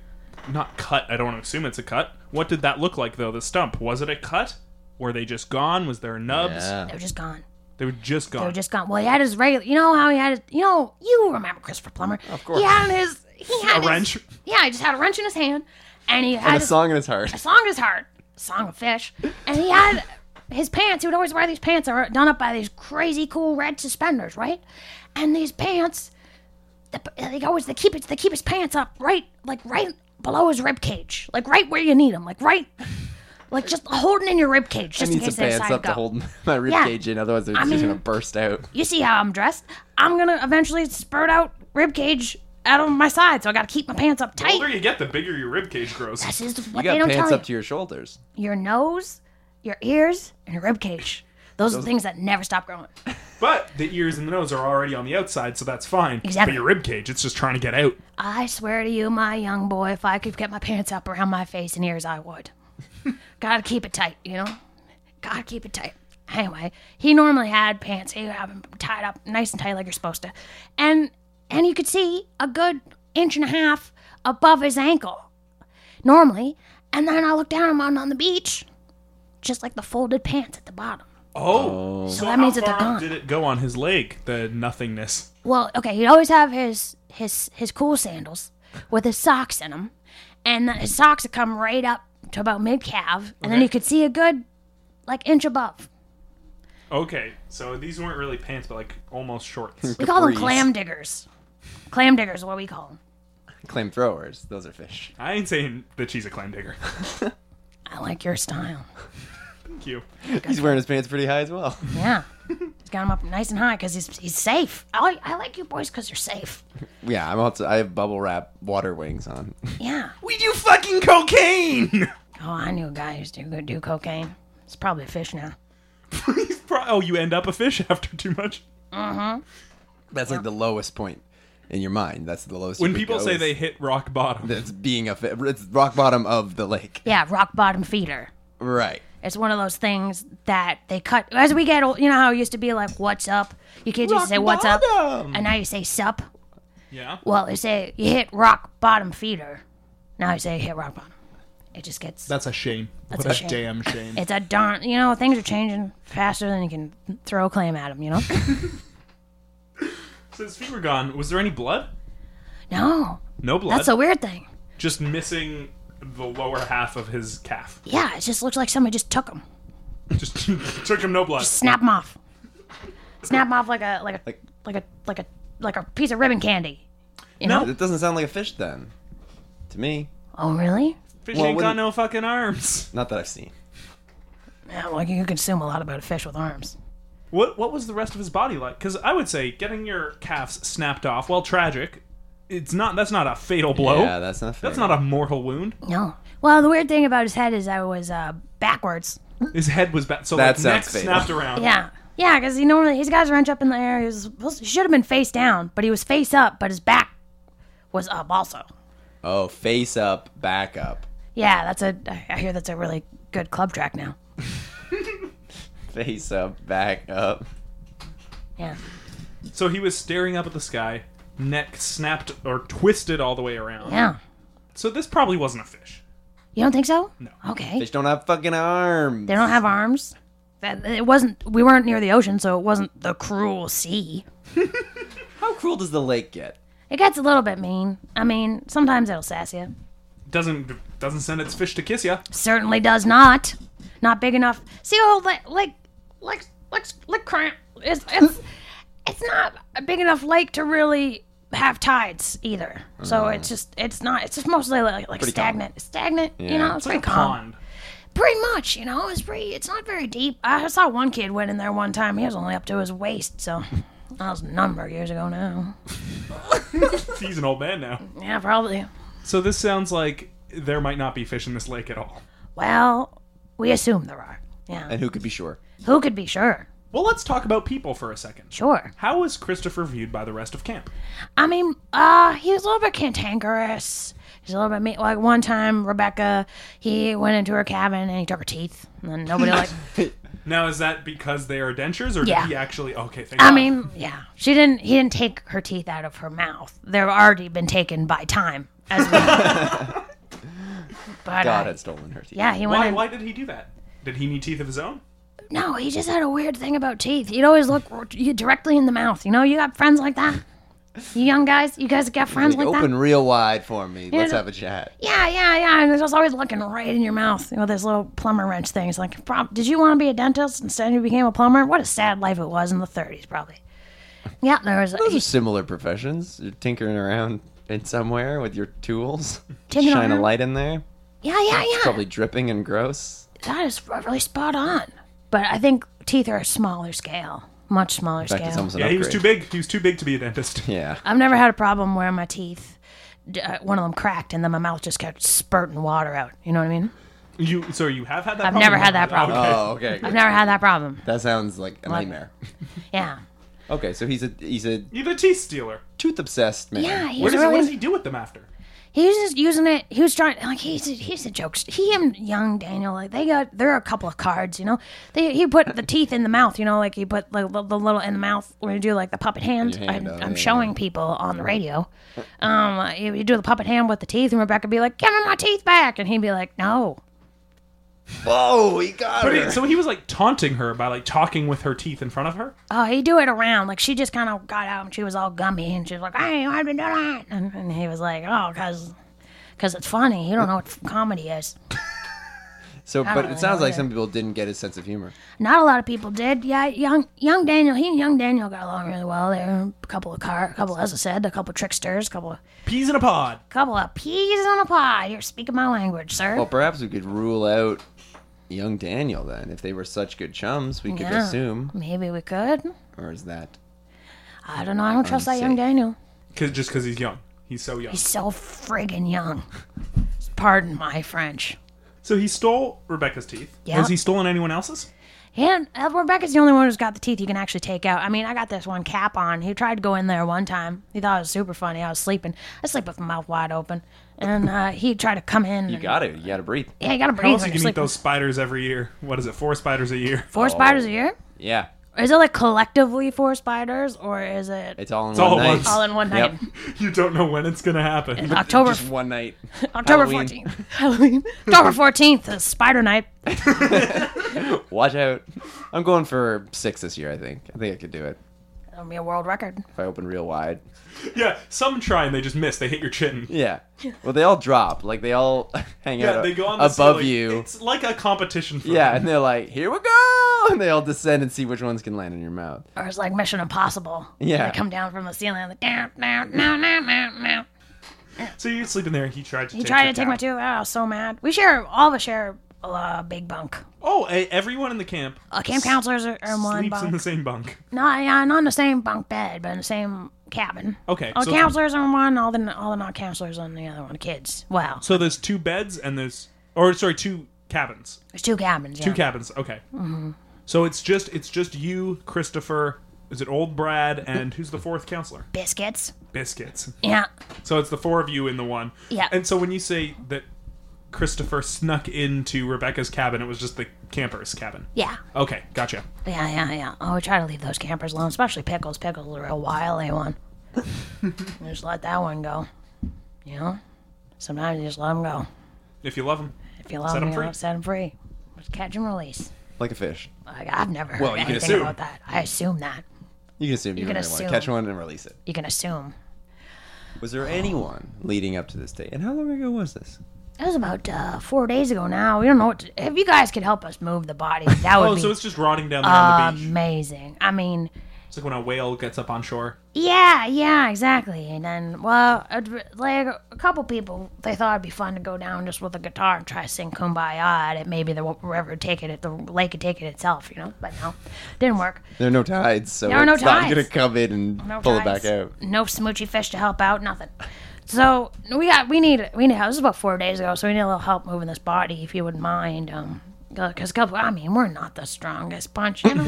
[SPEAKER 1] not cut? I don't want to assume it's a cut. What did that look like though? The stump was it a cut? Were they just gone? Was there nubs?
[SPEAKER 3] they were just gone.
[SPEAKER 1] They were just
[SPEAKER 3] They
[SPEAKER 1] gone.
[SPEAKER 3] were just gone. Well, he had his regular. You know how he had. His, you know you remember Christopher Plummer? Of
[SPEAKER 4] course.
[SPEAKER 3] He had his. He had
[SPEAKER 1] a
[SPEAKER 3] his-
[SPEAKER 1] wrench.
[SPEAKER 3] Yeah, he just had a wrench in his hand, and he had
[SPEAKER 4] And a
[SPEAKER 3] his-
[SPEAKER 4] song in his heart.
[SPEAKER 3] a song in his heart, a song of fish, and he had his pants. He would always wear these pants that were done up by these crazy cool red suspenders, right? And these pants, the, they always they keep it they keep his pants up right like right below his rib cage, like right where you need them, like right, like just holding in your rib cage,
[SPEAKER 4] I
[SPEAKER 3] just in
[SPEAKER 4] need some
[SPEAKER 3] case they
[SPEAKER 4] pants
[SPEAKER 3] decide to
[SPEAKER 4] up
[SPEAKER 3] go.
[SPEAKER 4] to hold my rib
[SPEAKER 3] Yeah.
[SPEAKER 4] cage in, otherwise they're just
[SPEAKER 3] mean-
[SPEAKER 4] gonna burst out.
[SPEAKER 3] you see how I'm dressed? I'm gonna eventually spurt out rib cage out of my side, so I gotta keep my pants up
[SPEAKER 1] The
[SPEAKER 3] tight.
[SPEAKER 1] older you get, the bigger your rib cage grows.
[SPEAKER 3] This is what
[SPEAKER 4] You got
[SPEAKER 3] they don't
[SPEAKER 4] pants
[SPEAKER 3] tell
[SPEAKER 4] up
[SPEAKER 3] you.
[SPEAKER 4] to your shoulders.
[SPEAKER 3] your nose, your ears, and your rib cage. Those are the things that never stop growing.
[SPEAKER 1] But the ears and the nose are already on the outside, so that's fine.
[SPEAKER 3] Exactly.
[SPEAKER 1] But your rib cage, it's just trying to get out.
[SPEAKER 3] I swear to you, my young boy, if I could get my pants up around my face and ears, I would. gotta keep it tight, you know? Gotta keep it tight. Anyway, he normally had pants. He would have them tied up nice and tight like you're supposed to. And and you could see a good inch and a half above his ankle normally. And then I looked down I'm on, on the beach, just like the folded pants at the bottom.
[SPEAKER 1] Oh, so,
[SPEAKER 3] that
[SPEAKER 1] how
[SPEAKER 3] means that they're
[SPEAKER 1] far up
[SPEAKER 3] gone.
[SPEAKER 1] did it go on his leg? The nothingness.
[SPEAKER 3] Well, okay, he'd always have his his his cool sandals with his socks in them, and then his socks would come right up to about mid calf, and then
[SPEAKER 1] Okay.
[SPEAKER 3] you could see a good like inch above.
[SPEAKER 1] Okay, so these weren't really pants, but like almost shorts.
[SPEAKER 3] We call them
[SPEAKER 4] Capris.
[SPEAKER 3] clam diggers. Clam diggers is what we call them.
[SPEAKER 4] Clam throwers. Those are fish.
[SPEAKER 1] I ain't saying that she's a clam digger.
[SPEAKER 3] I like your style.
[SPEAKER 1] Thank you.
[SPEAKER 4] He's wearing his pants pretty high as well.
[SPEAKER 3] Yeah. He's got him up nice and high because he's, he's safe. I like, I like you boys because you're safe.
[SPEAKER 4] yeah, I'm also. I have bubble wrap water wings on.
[SPEAKER 3] Yeah.
[SPEAKER 1] We do fucking cocaine.
[SPEAKER 3] Oh, I knew a guy who used to go do cocaine. He's probably a fish now.
[SPEAKER 1] He's pro- oh, you end up a fish after too much.
[SPEAKER 4] That's like the lowest point in your mind. That's the lowest.
[SPEAKER 1] When
[SPEAKER 4] you could
[SPEAKER 1] people
[SPEAKER 4] go
[SPEAKER 1] say
[SPEAKER 4] is-
[SPEAKER 1] they hit rock bottom,
[SPEAKER 4] that's being a fi- it's rock bottom of the lake.
[SPEAKER 3] Yeah, rock bottom feeder.
[SPEAKER 4] Right.
[SPEAKER 3] It's one of those things that they cut as we get old. You know how it used to be like, "What's up?" You kids used to say, "What's up?"
[SPEAKER 4] bottom!
[SPEAKER 3] and now you say "sup."
[SPEAKER 1] yeah.
[SPEAKER 3] Well, they say you hit rock bottom feeder. Now you say hit rock bottom. It just gets.
[SPEAKER 1] That's a shame.
[SPEAKER 3] That's
[SPEAKER 1] what
[SPEAKER 3] a
[SPEAKER 1] a,
[SPEAKER 3] shame.
[SPEAKER 1] damn shame.
[SPEAKER 3] it's a darn. You know, things are changing faster than you can throw a clam at them. You know.
[SPEAKER 1] Since feet were gone, was there any blood?
[SPEAKER 3] no,
[SPEAKER 1] No blood.
[SPEAKER 3] that's a weird thing.
[SPEAKER 1] Just missing the lower half of his calf.
[SPEAKER 3] Yeah, it just looks like somebody just took them,
[SPEAKER 1] Just took him no blood.
[SPEAKER 3] snap them off, snap them off like a like a
[SPEAKER 4] Like-
[SPEAKER 3] like a like a like a piece of ribbon candy. You
[SPEAKER 1] No.
[SPEAKER 3] know?
[SPEAKER 4] It doesn't sound like a fish then. To me,
[SPEAKER 3] Oh, really?
[SPEAKER 1] Fish
[SPEAKER 4] Well,
[SPEAKER 1] ain't got
[SPEAKER 4] wouldn't-
[SPEAKER 1] no fucking arms.
[SPEAKER 4] not that I've seen.
[SPEAKER 3] Yeah, well, you can assume a lot about a fish with arms.
[SPEAKER 1] What What was the rest of his body like? Because I would say getting your calves snapped off, well, tragic. It's not. That's not a fatal blow.
[SPEAKER 4] Yeah, that's not. Fair.
[SPEAKER 1] Oh? that's not a mortal wound.
[SPEAKER 3] No. Well, the weird thing about his head is I was uh, backwards.
[SPEAKER 1] His head was back. So
[SPEAKER 4] That
[SPEAKER 1] that like, neck
[SPEAKER 4] sounds fatal.
[SPEAKER 1] snapped around.
[SPEAKER 3] Yeah. Yeah, because he normally his guys wrench up in the air. He was supposed- he should have been face down, but he was face up, but his back was up also.
[SPEAKER 4] Oh, face up, back up,
[SPEAKER 3] Yeah, that's a. I I hear that's a really good club track now.
[SPEAKER 4] face up, back up.
[SPEAKER 3] Yeah.
[SPEAKER 1] So he was staring up at the sky, neck snapped or twisted all the way around.
[SPEAKER 3] Yeah.
[SPEAKER 1] So this probably wasn't a fish.
[SPEAKER 3] You don't think so?
[SPEAKER 1] No.
[SPEAKER 3] Okay.
[SPEAKER 4] Fish don't have fucking arms.
[SPEAKER 3] They don't have arms. That it wasn't. We weren't near the ocean, so it wasn't the cruel sea.
[SPEAKER 4] How cruel does the lake get?
[SPEAKER 3] It gets a little bit mean. I mean, sometimes it'll sass you.
[SPEAKER 1] Doesn't doesn't send its fish to kiss you.
[SPEAKER 3] certainly does not. Not big enough. See, oh, like, like, like, like, like cramp. It's, it's, it's not a big enough lake to really have tides either. So it's just, it's not. It's just mostly like, like
[SPEAKER 4] Mm. Pretty calm.
[SPEAKER 3] stagnant, stagnant. You know, it's,
[SPEAKER 1] It's like
[SPEAKER 3] pretty
[SPEAKER 1] a
[SPEAKER 3] calm.
[SPEAKER 1] pond.
[SPEAKER 3] Pretty much, you know. It's pretty. It's not very deep. I saw one kid went in there one time. He was only up to his waist. So that was a number of years ago now.
[SPEAKER 1] He's an old man now.
[SPEAKER 3] Yeah, probably.
[SPEAKER 1] So this sounds like there might not be fish in this lake at all.
[SPEAKER 3] Well, we assume there are. Yeah.
[SPEAKER 4] And who could be sure?
[SPEAKER 3] Who could be sure?
[SPEAKER 1] Well, let's talk about people for a second.
[SPEAKER 3] Sure.
[SPEAKER 1] How was Christopher viewed by the rest of camp?
[SPEAKER 3] I mean, uh, he was a little bit cantankerous. He's a little bit mean. Like one time, Rebecca, he went into her cabin and he took her teeth, and then nobody like.
[SPEAKER 1] Now is that because they are dentures, or
[SPEAKER 3] Yeah.
[SPEAKER 1] did he actually? Okay, thank
[SPEAKER 3] I
[SPEAKER 1] God.
[SPEAKER 3] mean, yeah, she didn't. He didn't take her teeth out of her mouth. They've already been taken by time. As well. but
[SPEAKER 4] God
[SPEAKER 3] uh,
[SPEAKER 4] had stolen her teeth.
[SPEAKER 3] yeah, he went.
[SPEAKER 1] why?
[SPEAKER 3] in-
[SPEAKER 1] Why did he do that? Did he need teeth of his own?
[SPEAKER 3] No, he just had a weird thing about teeth. He'd always look r- you directly in the mouth. You know, you got friends like that. You young guys, you guys got friends like that.
[SPEAKER 4] Open real wide for me. Let's
[SPEAKER 3] no.
[SPEAKER 4] have a chat.
[SPEAKER 3] Yeah, yeah, yeah. And it's just always looking right in your mouth you know, this little plumber wrench thing. It's like, prob- did you want to be a dentist instead you became a plumber? What a sad life it was in the 30s, probably. Yeah, there was
[SPEAKER 4] Those are
[SPEAKER 3] a
[SPEAKER 4] similar professions. You're tinkering around in somewhere with your tools.
[SPEAKER 3] Tinkering
[SPEAKER 4] Shine a
[SPEAKER 3] around?
[SPEAKER 4] light in there.
[SPEAKER 3] yeah, yeah, yeah.
[SPEAKER 4] Probably dripping and gross.
[SPEAKER 3] That is really spot on. But I think teeth are a smaller scale, much smaller
[SPEAKER 4] In fact, it's
[SPEAKER 3] scale.
[SPEAKER 4] almost an
[SPEAKER 1] Yeah, he was too
[SPEAKER 4] upgrade.
[SPEAKER 1] big. He was too big to be a dentist.
[SPEAKER 4] Yeah.
[SPEAKER 3] I've never had a problem where my teeth, d- uh, one of them cracked, and then my mouth just kept spurting water out. You know what I mean?
[SPEAKER 1] You so you have had that.
[SPEAKER 3] I've
[SPEAKER 1] problem?
[SPEAKER 3] never had that problem.
[SPEAKER 2] Uh,
[SPEAKER 1] Okay.
[SPEAKER 4] Oh, okay.
[SPEAKER 3] I've
[SPEAKER 4] Good.
[SPEAKER 3] never had that problem.
[SPEAKER 4] That sounds like a nightmare.
[SPEAKER 3] Yeah.
[SPEAKER 4] Okay, so he's a he's a
[SPEAKER 1] He's a teeth stealer.
[SPEAKER 4] tooth obsessed man.
[SPEAKER 3] Yeah, he's
[SPEAKER 1] Where does,
[SPEAKER 3] really.
[SPEAKER 1] what does he do with them after?
[SPEAKER 3] he was just using it. He was trying like he's a, he's a jokester. He and young Daniel like they got there are a couple of cards, you know. They he put the teeth in the mouth, you know, like he put like the, the little in the mouth where you do like the puppet hand.
[SPEAKER 4] Your hand
[SPEAKER 3] I'm,
[SPEAKER 4] out,
[SPEAKER 3] I'm
[SPEAKER 4] yeah.
[SPEAKER 3] showing people on the radio. Um, you, you do the puppet hand with the teeth, and Rebecca would be like, "Give me my teeth back," and he'd be like, "No."
[SPEAKER 4] Whoa, he got
[SPEAKER 1] But
[SPEAKER 4] her.
[SPEAKER 1] he, so he was like taunting her by like talking with her teeth in front of her.
[SPEAKER 3] Oh, he do it around. Like she just kind of got out and she was all gummy and she was like, "Hey, I've been doing that," and, and he was like, "Oh, cause, cause it's funny. You don't know what f- comedy is."
[SPEAKER 4] so,
[SPEAKER 3] I
[SPEAKER 4] but
[SPEAKER 3] don't
[SPEAKER 4] it sounds
[SPEAKER 3] know
[SPEAKER 4] like
[SPEAKER 3] either.
[SPEAKER 4] some people didn't get his sense of humor.
[SPEAKER 3] Not a lot of people did. Yeah, young young Daniel, he and young Daniel got along really well. They were a couple of car, a couple as I said, a couple of tricksters, a couple of
[SPEAKER 1] Peas in a pod.
[SPEAKER 3] couple of peas in a pod. You're speaking my language, sir.
[SPEAKER 4] Well, perhaps we could rule out young Daniel then. If they were such good chums, we could
[SPEAKER 3] Yeah.
[SPEAKER 4] assume.
[SPEAKER 3] Maybe we could.
[SPEAKER 4] Or is that.
[SPEAKER 3] I don't know. I don't trust that young
[SPEAKER 4] Unsafe.
[SPEAKER 3] Daniel.
[SPEAKER 1] Cause just because he's young, he's so young.
[SPEAKER 3] He's so friggin' young. Pardon my French.
[SPEAKER 1] So he stole Rebecca's teeth.
[SPEAKER 3] Yeah.
[SPEAKER 1] Has he stolen anyone else's?
[SPEAKER 3] And uh, Rebecca's the only one who's got the teeth you can actually take out. I mean, I got this one cap on. He tried to go in there one time. He thought it was super funny. I was sleeping. I sleep with my mouth wide open. And uh, he tried to come in.
[SPEAKER 4] You
[SPEAKER 3] and-
[SPEAKER 4] got it. You got to breathe.
[SPEAKER 3] Yeah, you gotta
[SPEAKER 1] How
[SPEAKER 3] breathe.
[SPEAKER 1] else
[SPEAKER 3] when
[SPEAKER 1] you can
[SPEAKER 3] you're
[SPEAKER 1] eat
[SPEAKER 3] sleeping.
[SPEAKER 1] those spiders every year? What is it? Four spiders a year.
[SPEAKER 3] Four spiders a year?
[SPEAKER 4] Yeah.
[SPEAKER 3] Is it like collectively four spiders, or is it
[SPEAKER 4] It's all in
[SPEAKER 1] all
[SPEAKER 4] one
[SPEAKER 1] at
[SPEAKER 4] night.
[SPEAKER 1] once.
[SPEAKER 3] all in one night?
[SPEAKER 4] Yep.
[SPEAKER 1] You don't know when it's gonna happen.
[SPEAKER 3] October
[SPEAKER 4] Just one night.
[SPEAKER 3] October
[SPEAKER 4] Halloween.
[SPEAKER 3] fourteenth, Halloween. October fourteenth is Spider Night.
[SPEAKER 4] Watch out. I'm going for six this year, I think. I think I could do it.
[SPEAKER 3] That'll be a world record.
[SPEAKER 4] If I open real wide.
[SPEAKER 1] yeah, some try and they just miss. They hit your chin.
[SPEAKER 4] Yeah. Well, they all drop. Like, they all hang
[SPEAKER 1] Yeah,
[SPEAKER 4] out
[SPEAKER 1] they go on this,
[SPEAKER 4] above
[SPEAKER 1] like-
[SPEAKER 4] you.
[SPEAKER 1] It's like a competition for
[SPEAKER 4] Yeah,
[SPEAKER 1] them.
[SPEAKER 4] and they're like, here we go! And they all descend and see which ones can land in your mouth.
[SPEAKER 3] Or it's like Mission Impossible.
[SPEAKER 4] Yeah.
[SPEAKER 3] They come down from the ceiling and like, down, down, down, down, down, down.
[SPEAKER 1] So you sleep in there, and he tried to.
[SPEAKER 3] He
[SPEAKER 1] take
[SPEAKER 3] tried
[SPEAKER 1] your
[SPEAKER 3] to take
[SPEAKER 1] cap.
[SPEAKER 3] my tooth out. I was so mad. We share, all of us share a uh, big bunk.
[SPEAKER 1] Oh, eh, everyone in the camp
[SPEAKER 3] Uh, camp counselors are, are in one
[SPEAKER 1] sleeps
[SPEAKER 3] bunk.
[SPEAKER 1] in the same bunk.
[SPEAKER 3] No, yeah, not in the same bunk bed, but in the same cabin.
[SPEAKER 1] Okay,
[SPEAKER 3] All
[SPEAKER 1] so-
[SPEAKER 3] counselors on one, all the all the not counselors on the other one. Kids. Wow.
[SPEAKER 1] So there's two beds and there's, or sorry, two cabins.
[SPEAKER 3] There's two cabins. Yeah. Mm-hmm.
[SPEAKER 1] Two cabins. Okay. So it's just it's just you, Christopher. Is it old Brad and who's the fourth counselor?
[SPEAKER 3] Biscuits.
[SPEAKER 1] Biscuits.
[SPEAKER 3] Yeah.
[SPEAKER 1] So it's the four of you in the one.
[SPEAKER 3] Yeah.
[SPEAKER 1] And so when you say that Christopher snuck into Rebecca's cabin, it was just the camper's cabin.
[SPEAKER 3] Yeah.
[SPEAKER 1] Okay, gotcha.
[SPEAKER 3] Yeah, yeah, yeah. Oh, we try to leave those campers alone, especially Pickles. Pickles a real wily one. just let that one go. You know? Sometimes you just let them go.
[SPEAKER 1] If you love him.
[SPEAKER 3] If you love
[SPEAKER 1] Set 'em
[SPEAKER 3] them, you
[SPEAKER 1] free.
[SPEAKER 3] know, set them free. Just catch and release.
[SPEAKER 4] Like a fish.
[SPEAKER 3] Like, I've never heard
[SPEAKER 4] Well, you can
[SPEAKER 3] anything
[SPEAKER 4] assume.
[SPEAKER 3] about that. I assume that.
[SPEAKER 4] You can assume you,
[SPEAKER 3] can
[SPEAKER 4] can assume.
[SPEAKER 3] assume.
[SPEAKER 4] catch one and release it.
[SPEAKER 3] You can assume.
[SPEAKER 4] Was there anyone leading up to this date? And how long ago was this?
[SPEAKER 3] That was about uh, four days ago now. We don't know what to, If you guys could help us move the body, that would
[SPEAKER 1] Oh,
[SPEAKER 3] be
[SPEAKER 1] so it's just rotting down there on the
[SPEAKER 3] um,
[SPEAKER 1] beach.
[SPEAKER 3] amazing. I mean,
[SPEAKER 1] It's like when a whale gets up on shore.
[SPEAKER 3] Yeah, yeah, exactly. And then, well, I'd re- like a couple people, they thought it'd be fun to go down just with a guitar and try to sing "Kumbaya." And it maybe the river would take it, if the lake would take it itself, you know. But no, didn't work.
[SPEAKER 4] There are no tides, so
[SPEAKER 3] There are no
[SPEAKER 4] it's not
[SPEAKER 3] tides.
[SPEAKER 4] going to come in and
[SPEAKER 3] No
[SPEAKER 4] pull it
[SPEAKER 3] fries,
[SPEAKER 4] back out.
[SPEAKER 3] No smoochy fish to help out. Nothing. So we got we need we need help. This is about four days ago, so we need a little help moving this body, if you wouldn't mind. Um, because couple, I mean, we're not the strongest bunch, you know.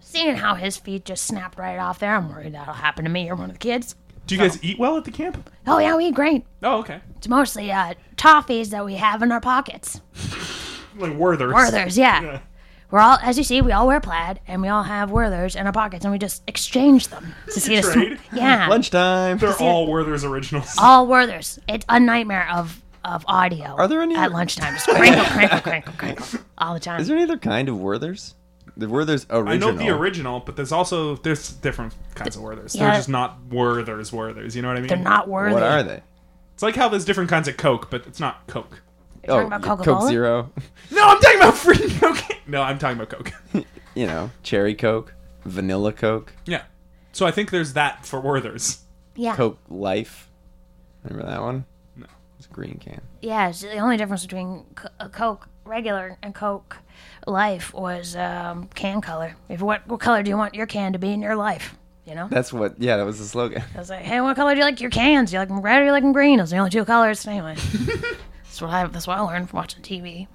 [SPEAKER 3] Seeing how his feet just snapped right off there, I'm worried that'll happen to me or one of the kids.
[SPEAKER 1] Do you guys eat well at the camp?
[SPEAKER 3] Oh yeah, we great.
[SPEAKER 1] Oh, okay.
[SPEAKER 3] It's mostly uh, toffees that we have in our pockets.
[SPEAKER 1] Like Werther's.
[SPEAKER 3] Werthers, yeah.
[SPEAKER 1] Yeah.
[SPEAKER 3] We're all, as you see, we all wear plaid and we all have Werthers in our pockets and we just exchange them to see the
[SPEAKER 1] trade?
[SPEAKER 3] Yeah.
[SPEAKER 4] Lunchtime.
[SPEAKER 1] They're all Werther's originals.
[SPEAKER 3] All Werthers. It's a nightmare of, of audio. Are
[SPEAKER 4] there any
[SPEAKER 3] At
[SPEAKER 4] other-
[SPEAKER 3] lunchtime. Just crinkle, crinkle, crinkle, crinkle. All the time.
[SPEAKER 4] Is there any other kind of Werther's? The Werther's original.
[SPEAKER 1] I know the original, but there's also there's different kinds of Werthers.
[SPEAKER 3] yeah.
[SPEAKER 1] They're just not Werthers Werthers. You know what I mean?
[SPEAKER 3] They're not Werthers.
[SPEAKER 4] What are they?
[SPEAKER 1] It's like how there's different kinds of Coke, but it's not Coke.
[SPEAKER 4] Oh,
[SPEAKER 3] talking about
[SPEAKER 4] yeah, Coke
[SPEAKER 3] Coca-Cola?
[SPEAKER 4] Zero.
[SPEAKER 1] No, I'm talking about freaking Coke. No, I'm talking about Coke.
[SPEAKER 4] You know, cherry Coke, vanilla Coke,
[SPEAKER 1] yeah. So I think there's that for Werthers.
[SPEAKER 3] Yeah.
[SPEAKER 4] Coke Life. Remember that one?
[SPEAKER 1] No.
[SPEAKER 4] It's a green can.
[SPEAKER 3] Yeah. It's the only difference between co- uh, Coke regular and Coke life was um, can color. If what, what color do you want your can to be in your life? You know?
[SPEAKER 4] That's what. Yeah, that was the slogan.
[SPEAKER 3] I was like, hey, what color do you like your cans? Do you like 'em red or you like 'em green? Those are the only two colors. Anyway, that's what I that's what I learned from watching TV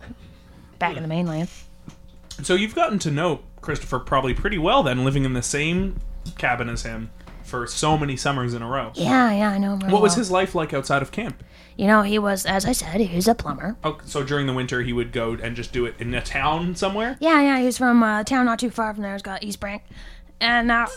[SPEAKER 3] back in the mainland.
[SPEAKER 1] So you've gotten to know Christopher probably pretty well then, living in the same cabin as him for so many summers in a row.
[SPEAKER 3] Yeah, yeah, I know. him real
[SPEAKER 1] What was
[SPEAKER 3] well.
[SPEAKER 1] his life like outside of camp?
[SPEAKER 3] You know, he was, as I said, he was a plumber.
[SPEAKER 1] Oh, so during the winter he would go and just do it in a town somewhere.
[SPEAKER 3] Yeah, yeah, he's from uh, a town not too far from there. It's called East Brank, and uh,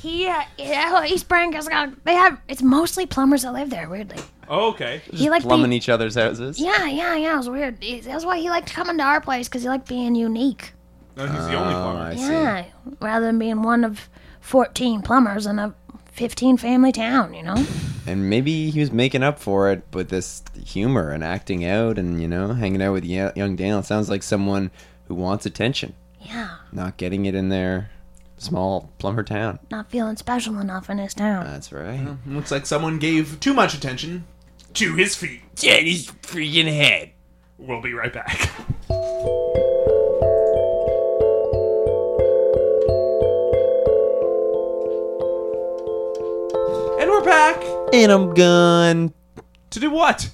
[SPEAKER 3] he, uh, yeah, East Brank has got they have. It's mostly plumbers that live there. Weirdly,
[SPEAKER 1] Oh, okay.
[SPEAKER 3] he liked
[SPEAKER 4] plumbing
[SPEAKER 3] being,
[SPEAKER 4] each other's houses.
[SPEAKER 3] Yeah, yeah, yeah. It was weird. He- That's why he liked coming to our place because he liked being unique.
[SPEAKER 1] No, he's the only
[SPEAKER 2] Uh,
[SPEAKER 4] Oh,
[SPEAKER 1] plumber.
[SPEAKER 4] I see.
[SPEAKER 3] Yeah, rather than being one of fourteen plumbers in a fifteen family town. You know.
[SPEAKER 4] And maybe he was making up for it with this humor and acting out and, you know, hanging out with Ye- young Daniel. It sounds like someone who wants attention,
[SPEAKER 3] Yeah,
[SPEAKER 4] not getting it in their small plumber town.
[SPEAKER 3] not feeling special enough in his town.
[SPEAKER 4] That's right.
[SPEAKER 1] Looks like someone gave too much attention to his feet.
[SPEAKER 4] Daddy's freaking head.
[SPEAKER 1] We'll be right back. And we're back
[SPEAKER 4] And I'm gone.
[SPEAKER 1] to do what?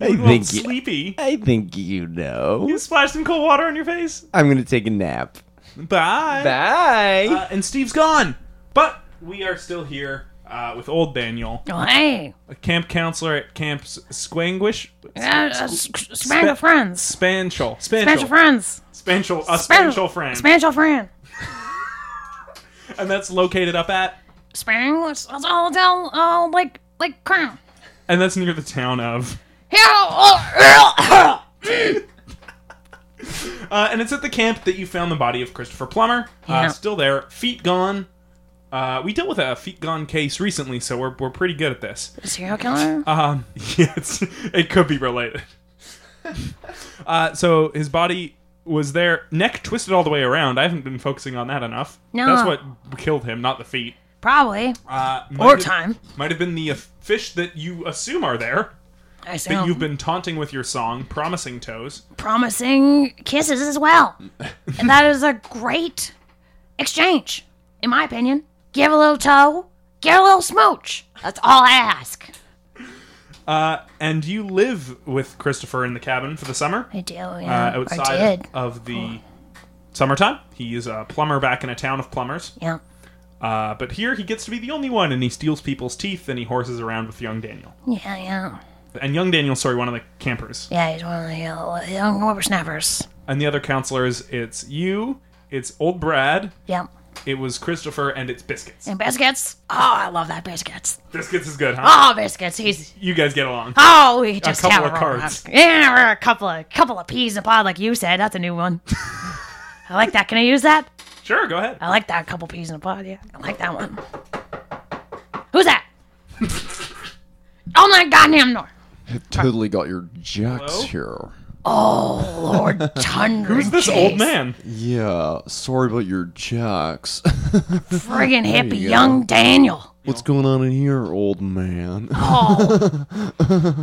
[SPEAKER 4] I
[SPEAKER 1] Well,
[SPEAKER 4] think, you,
[SPEAKER 1] sleepy.
[SPEAKER 4] I think you know.
[SPEAKER 1] You splash some cold water on your face.
[SPEAKER 4] I'm going to take a nap.
[SPEAKER 1] Bye.
[SPEAKER 4] Bye.
[SPEAKER 1] Uh, and Steve's gone, but we are still here uh, with old Daniel,
[SPEAKER 3] Oh, hey,
[SPEAKER 1] a camp counselor at Camp S- Squanguish.
[SPEAKER 3] uh, uh, sp- span of friends,
[SPEAKER 1] Spanchel.
[SPEAKER 3] span of
[SPEAKER 1] Spanchel.
[SPEAKER 3] friends,
[SPEAKER 1] Spanchel. A
[SPEAKER 3] Span-
[SPEAKER 1] Spanchel friend.
[SPEAKER 3] span of friend.
[SPEAKER 1] and that's located up at,
[SPEAKER 3] Spring, let's, let's all down, all like, like crown.
[SPEAKER 1] and that's near the town of.
[SPEAKER 3] Here, oh,
[SPEAKER 1] Uh, and it's at the camp that you found the body of Christopher Plummer. Uh,
[SPEAKER 3] Yeah.
[SPEAKER 1] still there. Feet gone. Uh, we dealt with a feet gone case recently, so we're, we're pretty good at this.
[SPEAKER 3] serial killer.
[SPEAKER 1] Um, yeah, it's, it could be related. uh, so his body was there, neck twisted all the way around. I haven't been focusing on that enough.
[SPEAKER 3] No.
[SPEAKER 1] That's what killed him, not the feet.
[SPEAKER 3] Probably
[SPEAKER 1] Uh, might
[SPEAKER 3] or
[SPEAKER 1] have-
[SPEAKER 3] time.
[SPEAKER 1] Might have been the uh, fish that you assume are there,
[SPEAKER 3] I
[SPEAKER 1] that
[SPEAKER 3] assume
[SPEAKER 1] you've been taunting with your song, Promising Toes.
[SPEAKER 3] promising kisses as well, and that is a great exchange, in my opinion. Give a little toe, get a little smooch. That's all I ask.
[SPEAKER 1] Uh, and you live with Christopher in the cabin for the summer.
[SPEAKER 3] I do.
[SPEAKER 1] uh,
[SPEAKER 3] Yeah, I
[SPEAKER 1] outside
[SPEAKER 3] did.
[SPEAKER 1] of the summertime. He is a plumber back in a town of plumbers.
[SPEAKER 3] Yeah.
[SPEAKER 1] Uh, but here he gets to be the only one, and he steals people's teeth and he horses around with young Daniel.
[SPEAKER 3] Yeah, yeah,
[SPEAKER 1] And young Daniel's, sorry, one of the campers.
[SPEAKER 3] yeah. He's one of the uh, young whippersnappers.
[SPEAKER 1] And the other counselors, it's you, it's old Brad,
[SPEAKER 3] Yeah,
[SPEAKER 1] it was Christopher, and it's Biscuits.
[SPEAKER 3] and biscuits. Oh, I love that biscuits.
[SPEAKER 1] Biscuits is good, huh?
[SPEAKER 3] Oh, biscuits. He's
[SPEAKER 1] You guys get along.
[SPEAKER 3] Oh, we just
[SPEAKER 1] couple
[SPEAKER 3] have
[SPEAKER 1] of
[SPEAKER 3] our own
[SPEAKER 1] cards.
[SPEAKER 3] rock. Yeah, we're a couple of couple of peas in a pod, like you said. That's a new one. I like that. Can I use that?
[SPEAKER 1] Sure, go ahead.
[SPEAKER 3] I like that. couple peas in a pod. Yeah, I like that one. Who's that? oh my goddamn door!
[SPEAKER 2] Totally got your jacks
[SPEAKER 1] Hello?
[SPEAKER 2] here.
[SPEAKER 3] Oh Lord, tundra.
[SPEAKER 1] Who's this old man?
[SPEAKER 2] Yeah, sorry about your jacks.
[SPEAKER 3] Friggin' hippie,
[SPEAKER 2] you go.
[SPEAKER 3] young Daniel.
[SPEAKER 2] What's going on in here, old man?
[SPEAKER 3] Oh,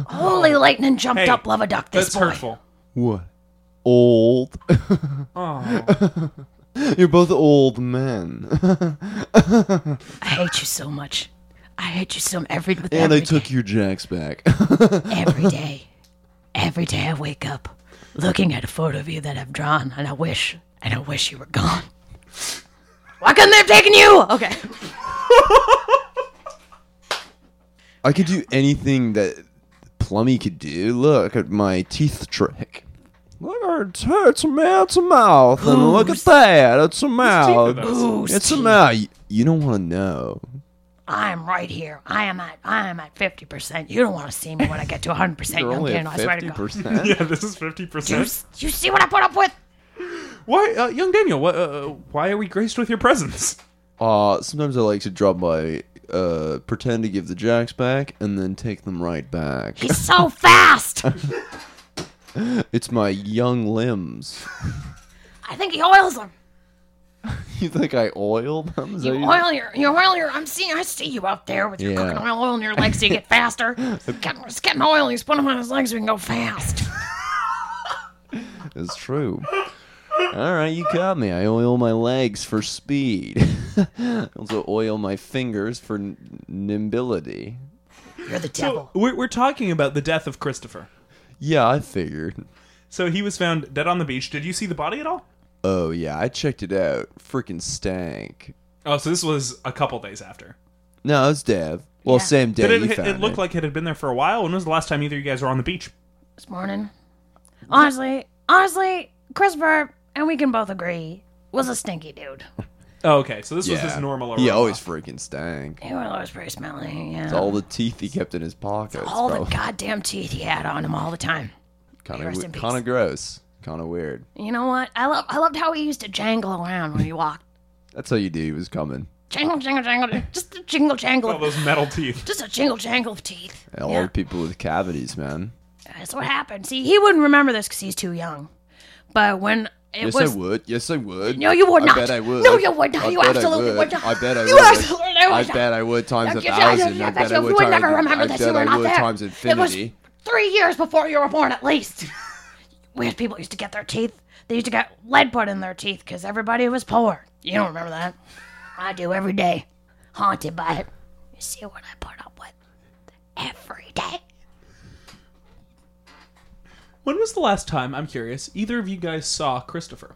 [SPEAKER 3] holy lightning jumped
[SPEAKER 1] Hey,
[SPEAKER 3] up, love a duck. This
[SPEAKER 1] That's
[SPEAKER 3] boy.
[SPEAKER 1] hurtful.
[SPEAKER 2] what? Old?
[SPEAKER 1] Oh.
[SPEAKER 2] You're both old men.
[SPEAKER 3] I hate you so much. I hate you so every. with
[SPEAKER 2] and I
[SPEAKER 3] every
[SPEAKER 2] took your jacks back.
[SPEAKER 3] every day. Every day I wake up looking at a photo of you that I've drawn, and I wish, and I wish you were gone. Why couldn't they have taken you? Okay.
[SPEAKER 2] I could do anything that Plummy could do. Look at my teeth trick. Look at her, it's a mouth, it's a mouth, and look at that, it's a mouth.
[SPEAKER 1] those?
[SPEAKER 2] It's a mouth. You- You don't want to know.
[SPEAKER 3] I'm right here. I am at I am at fifty percent. You don't want to see me when I get to hundred percent, young kid. I swear to God.
[SPEAKER 2] percent.
[SPEAKER 1] Yeah, this is
[SPEAKER 3] You,
[SPEAKER 1] 50%.
[SPEAKER 3] s- you see what I put up with?
[SPEAKER 1] Why, uh, young Daniel, wh- uh, why are we graced with your presence?
[SPEAKER 2] Uh, sometimes I like to drop my uh, pretend to give the jacks back and then take them right back.
[SPEAKER 3] He's so fast.
[SPEAKER 2] It's my young limbs.
[SPEAKER 3] I think he oils them.
[SPEAKER 2] You think I oil them? Is
[SPEAKER 3] You
[SPEAKER 2] that what
[SPEAKER 3] oil your you oil your. I'm seeing I see you out there with your
[SPEAKER 2] Yeah.
[SPEAKER 3] cooking oil on your legs so you get faster. It's getting, it's getting oil. He's putting them on his legs so he can go fast.
[SPEAKER 2] It's true. All right, you got me. I oil my legs for speed. I also oil my fingers for n- nimbility.
[SPEAKER 3] You're the devil.
[SPEAKER 1] We're, we're talking about the death of Christopher.
[SPEAKER 2] Yeah, I figured.
[SPEAKER 1] So he was found dead on the beach. Did you see the body at all?
[SPEAKER 2] Oh yeah, I checked it out. Freaking stank.
[SPEAKER 1] Oh, so this was a couple days after.
[SPEAKER 2] No, it's Dev. Well,
[SPEAKER 3] Yeah.
[SPEAKER 2] same day
[SPEAKER 1] But
[SPEAKER 2] you
[SPEAKER 1] it, it,
[SPEAKER 2] found
[SPEAKER 1] it looked like it had been there for a while. When was the last time either of you guys were on the beach?
[SPEAKER 3] this morning. Honestly, honestly, Christopher, and we can both agree, was a stinky dude.
[SPEAKER 1] Oh, okay, so this
[SPEAKER 2] yeah.
[SPEAKER 1] was his normal.
[SPEAKER 2] He
[SPEAKER 1] aroma.
[SPEAKER 2] always freaking stank.
[SPEAKER 3] He was always pretty smelly. Yeah.
[SPEAKER 2] All the teeth he kept in his pockets.
[SPEAKER 3] All the
[SPEAKER 2] bro.
[SPEAKER 3] goddamn teeth he had on him all the time. rest in
[SPEAKER 2] Kind
[SPEAKER 3] peace.
[SPEAKER 2] of gross. Kind of weird.
[SPEAKER 3] You know what? I love I loved how he used to jangle around when he walked.
[SPEAKER 2] That's how you do. He was coming.
[SPEAKER 3] Jangle, jangle, jangle, just a jingle, jangle,
[SPEAKER 1] All those metal teeth.
[SPEAKER 3] just a jingle, jangle of teeth.
[SPEAKER 2] And All
[SPEAKER 3] Yeah.
[SPEAKER 2] the people with cavities, man.
[SPEAKER 3] That's what happened. See, he wouldn't remember this because he's too young. But when it
[SPEAKER 2] Yes,
[SPEAKER 3] was
[SPEAKER 2] I would. Yes, I would.
[SPEAKER 3] No, you would
[SPEAKER 2] I
[SPEAKER 3] not.
[SPEAKER 2] bet I would.
[SPEAKER 3] No, you would not.
[SPEAKER 2] I
[SPEAKER 3] You
[SPEAKER 2] bet I
[SPEAKER 3] absolutely would not.
[SPEAKER 2] I bet I
[SPEAKER 3] You
[SPEAKER 2] would.
[SPEAKER 3] absolutely would
[SPEAKER 2] I
[SPEAKER 3] not.
[SPEAKER 2] bet I would times a
[SPEAKER 3] Yeah, yeah, yeah,
[SPEAKER 2] thousand.
[SPEAKER 3] yeah,
[SPEAKER 2] I
[SPEAKER 3] yeah,
[SPEAKER 2] bet I
[SPEAKER 3] you
[SPEAKER 2] would
[SPEAKER 3] would never
[SPEAKER 2] times-
[SPEAKER 3] remember
[SPEAKER 2] I
[SPEAKER 3] this. You
[SPEAKER 2] bet
[SPEAKER 3] were
[SPEAKER 2] I
[SPEAKER 3] not
[SPEAKER 2] would
[SPEAKER 3] there.
[SPEAKER 2] times
[SPEAKER 3] It
[SPEAKER 2] infinity.
[SPEAKER 3] was three years before you were born, at least. Weird people used to get their teeth. They used to get lead put in their teeth because everybody was poor. You don't remember that? I do every day. Haunted by it. You see what I put up with every day.
[SPEAKER 1] When was the last time? I'm curious. Either of you guys saw Christopher,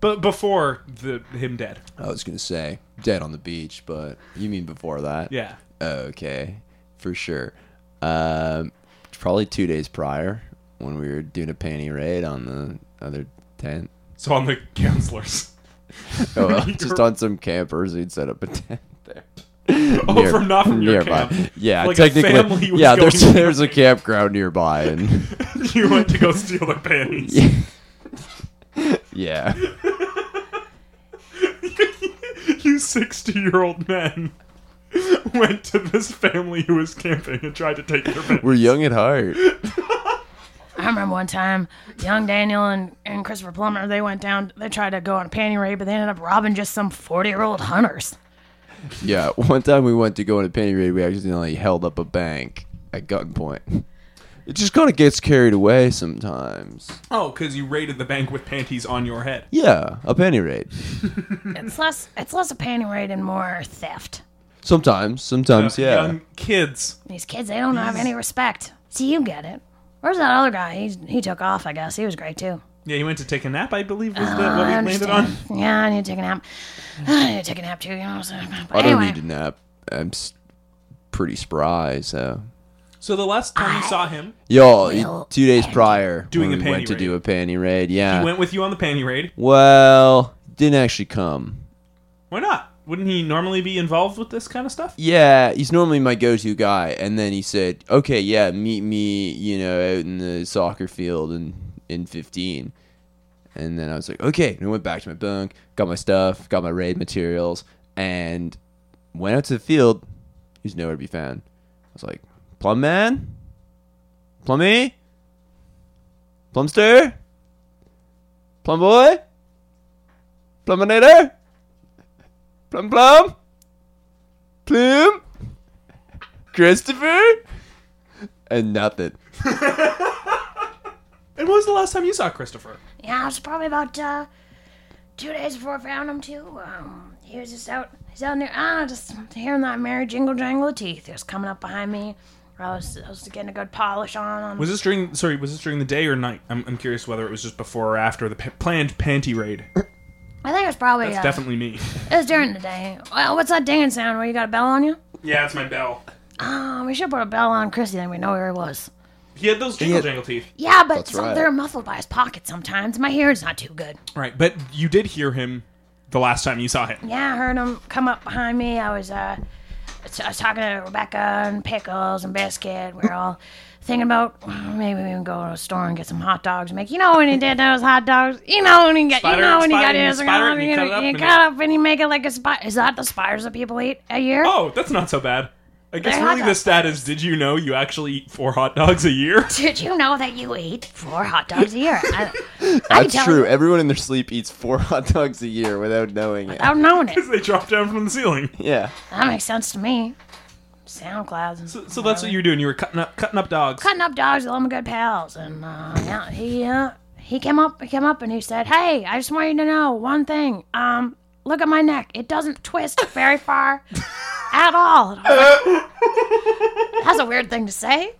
[SPEAKER 1] but before the him dead.
[SPEAKER 2] I was gonna say dead on the beach, but you mean before that?
[SPEAKER 1] Yeah.
[SPEAKER 2] Okay, for sure. Um, probably two days prior when we were doing a panty raid on the other tent.
[SPEAKER 1] So on the counselors.
[SPEAKER 2] Oh, well, just on some campers, he'd set up a tent there.
[SPEAKER 1] Oh,
[SPEAKER 2] Near-
[SPEAKER 1] from not from your camp.
[SPEAKER 2] Yeah,
[SPEAKER 1] Like a
[SPEAKER 2] technically.
[SPEAKER 1] family was
[SPEAKER 2] yeah,
[SPEAKER 1] going
[SPEAKER 2] there's
[SPEAKER 1] to-
[SPEAKER 2] there's a campground nearby, and
[SPEAKER 1] you went to go steal their panties.
[SPEAKER 2] yeah,
[SPEAKER 1] you 60 year old men went to this family who was camping and tried to take their bed.
[SPEAKER 2] we're young at heart.
[SPEAKER 3] I remember one time, young Daniel and, and Christopher Plummer, they went down, they tried to go on a panty raid, but they ended up robbing just some 40 year old hunters.
[SPEAKER 2] Yeah, one time we went to go on a panty raid, we accidentally held up a bank at gunpoint. It just kind of gets carried away sometimes.
[SPEAKER 1] Oh, because you raided the bank with panties on your head.
[SPEAKER 2] Yeah, a panty raid.
[SPEAKER 3] It's less, it's less a panty raid and more theft.
[SPEAKER 2] Sometimes, sometimes, yeah.
[SPEAKER 1] Young kids.
[SPEAKER 3] These kids, they don't have any respect. See, you get it. Where's that other guy? He, he took off, I guess. He was great too.
[SPEAKER 1] Yeah, you went to take a nap, I believe, was that what we
[SPEAKER 3] I
[SPEAKER 1] landed on?
[SPEAKER 3] understand. Yeah, I need to take a nap. I need to take a nap too, you know. So, but
[SPEAKER 2] I don't
[SPEAKER 3] anyway,
[SPEAKER 2] need to nap. I'm s- pretty spry, so.
[SPEAKER 1] So the last time you saw him,
[SPEAKER 2] Yo, y- two days prior,
[SPEAKER 1] Doing
[SPEAKER 2] when
[SPEAKER 1] a
[SPEAKER 2] we
[SPEAKER 1] panty
[SPEAKER 2] went to
[SPEAKER 1] raid.
[SPEAKER 2] do a panty raid. Yeah.
[SPEAKER 1] he went with you on the panty raid.
[SPEAKER 2] well, didn't actually come.
[SPEAKER 1] Why not? Wouldn't he normally be involved with this kind of stuff?
[SPEAKER 2] yeah, he's normally my go-to guy. And then he said, "Okay, yeah, meet me, you know, out in the soccer field in in 15." And then I was like, "Okay." And I went back to my bunk, got my stuff, got my raid materials, and went out to the field. He's nowhere to be found. I was like, "Plum man, plummy, plumster, plum boy, pluminator, plum plum." Plume? Christopher? And nothing.
[SPEAKER 1] And when was the last time you saw Christopher?
[SPEAKER 3] yeah, it was probably about uh, two days before I found him too. Um, he was just out, he's out in there. Ah, just hearing that merry jingle jangle of teeth. He was coming up behind me. I was, I was getting a good polish on him.
[SPEAKER 1] Was this during? Sorry, was this during the day or night? I'm, I'm curious whether it was just before or after the p- planned panty raid.
[SPEAKER 3] I think it was probably
[SPEAKER 1] That's
[SPEAKER 3] uh,
[SPEAKER 1] definitely me.
[SPEAKER 3] it was during the day. Well, what's that dinging sound? Where you got a bell on you?
[SPEAKER 1] Yeah, it's my bell.
[SPEAKER 3] Um, we should put a bell on Chrissy, then we know where he was.
[SPEAKER 1] He had those jingle jangle teeth.
[SPEAKER 3] Yeah, but some,
[SPEAKER 2] right.
[SPEAKER 3] they're muffled by his pocket sometimes. My hearing's not too good.
[SPEAKER 1] Right, but you did hear him the last time you saw him.
[SPEAKER 3] Yeah, I heard him come up behind me. I was, uh, I was talking to Rebecca and Pickles and Biscuit. We were all thinking about "Oh, maybe we can go to a store and get some hot dogs. Make you know when he did those hot dogs. You know when he got,
[SPEAKER 1] Spider-
[SPEAKER 3] you know when he got
[SPEAKER 1] spider-
[SPEAKER 3] his,
[SPEAKER 1] you spider it and you
[SPEAKER 3] you,
[SPEAKER 1] cut it up
[SPEAKER 3] you
[SPEAKER 1] and
[SPEAKER 3] cut up and you make it like a spider. Is that the spiders that people eat a year?
[SPEAKER 1] Oh, that's not so bad. I guess
[SPEAKER 3] They're hot
[SPEAKER 1] really the
[SPEAKER 3] dog
[SPEAKER 1] stat is did you know you actually eat four hot dogs a year?
[SPEAKER 3] Did you know that you eat four hot dogs a year? I, I can
[SPEAKER 2] That's
[SPEAKER 3] tell
[SPEAKER 2] true.
[SPEAKER 3] You,
[SPEAKER 2] Everyone in their sleep eats four hot dogs a year without knowing it.
[SPEAKER 3] without knowing it.
[SPEAKER 1] they dropped down from the ceiling.
[SPEAKER 2] Yeah.
[SPEAKER 3] That makes sense to me. Sound clouds. And
[SPEAKER 1] So, so that's what you were doing. You were cutting up cutting up dogs.
[SPEAKER 3] cutting up dogs with all my good pals, and uh, yeah, he uh, he came up, he came up, and he said, "Hey, I just want you to know one thing. Um, look at my neck. It doesn't twist very far at all." And I was like, That's a weird thing to say.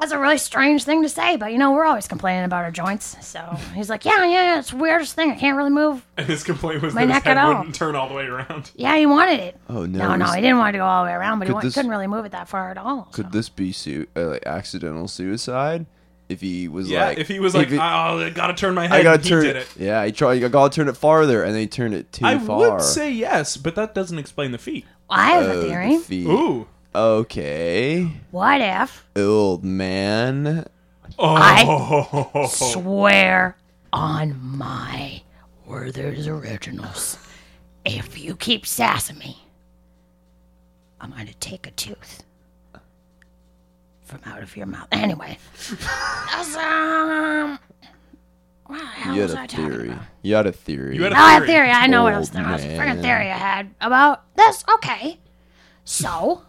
[SPEAKER 3] That's a really strange thing to say, but you know, we're always complaining about our joints. So he's like, Yeah, yeah, it's the weirdest thing. I can't really move.
[SPEAKER 1] And his complaint was that
[SPEAKER 3] My
[SPEAKER 1] his
[SPEAKER 3] neck at
[SPEAKER 1] head
[SPEAKER 3] all.
[SPEAKER 1] wouldn't turn all the way around.
[SPEAKER 3] Yeah, he wanted it.
[SPEAKER 2] Oh, no,
[SPEAKER 3] No, no,
[SPEAKER 2] he's-
[SPEAKER 3] he didn't want it to go all the way around, but he
[SPEAKER 2] Could
[SPEAKER 3] wa-
[SPEAKER 2] this-
[SPEAKER 3] couldn't really move it that far at all. so.
[SPEAKER 2] Could this be su- uh, like accidental suicide? If he was
[SPEAKER 1] Yeah,
[SPEAKER 2] like,
[SPEAKER 1] if he was like,
[SPEAKER 2] it-
[SPEAKER 1] oh, I gotta turn my head,
[SPEAKER 2] I gotta
[SPEAKER 1] he
[SPEAKER 2] turn
[SPEAKER 1] did it.
[SPEAKER 2] Yeah, I try. I gotta turn it farther, and then he turned it too
[SPEAKER 1] I
[SPEAKER 2] far.
[SPEAKER 1] would say yes, but that doesn't explain the feet.
[SPEAKER 3] I have a
[SPEAKER 2] Oh, the
[SPEAKER 3] theory.
[SPEAKER 2] feet.
[SPEAKER 1] Ooh.
[SPEAKER 2] Okay,
[SPEAKER 3] What if,
[SPEAKER 2] old man.
[SPEAKER 1] Oh.
[SPEAKER 3] swear on my Werther's Originals, if you keep sassing me, I'm going to take a tooth from out of your mouth. Anyway. that's, um, what the hell
[SPEAKER 2] You had
[SPEAKER 3] was I
[SPEAKER 2] a
[SPEAKER 3] talking
[SPEAKER 2] theory.
[SPEAKER 3] about?
[SPEAKER 2] You had a theory.
[SPEAKER 1] You had a
[SPEAKER 3] I had a
[SPEAKER 1] theory.
[SPEAKER 3] theory. I know what I was
[SPEAKER 2] Old
[SPEAKER 3] thinking. It was a
[SPEAKER 2] man.
[SPEAKER 3] freaking theory I had about this. Okay. So,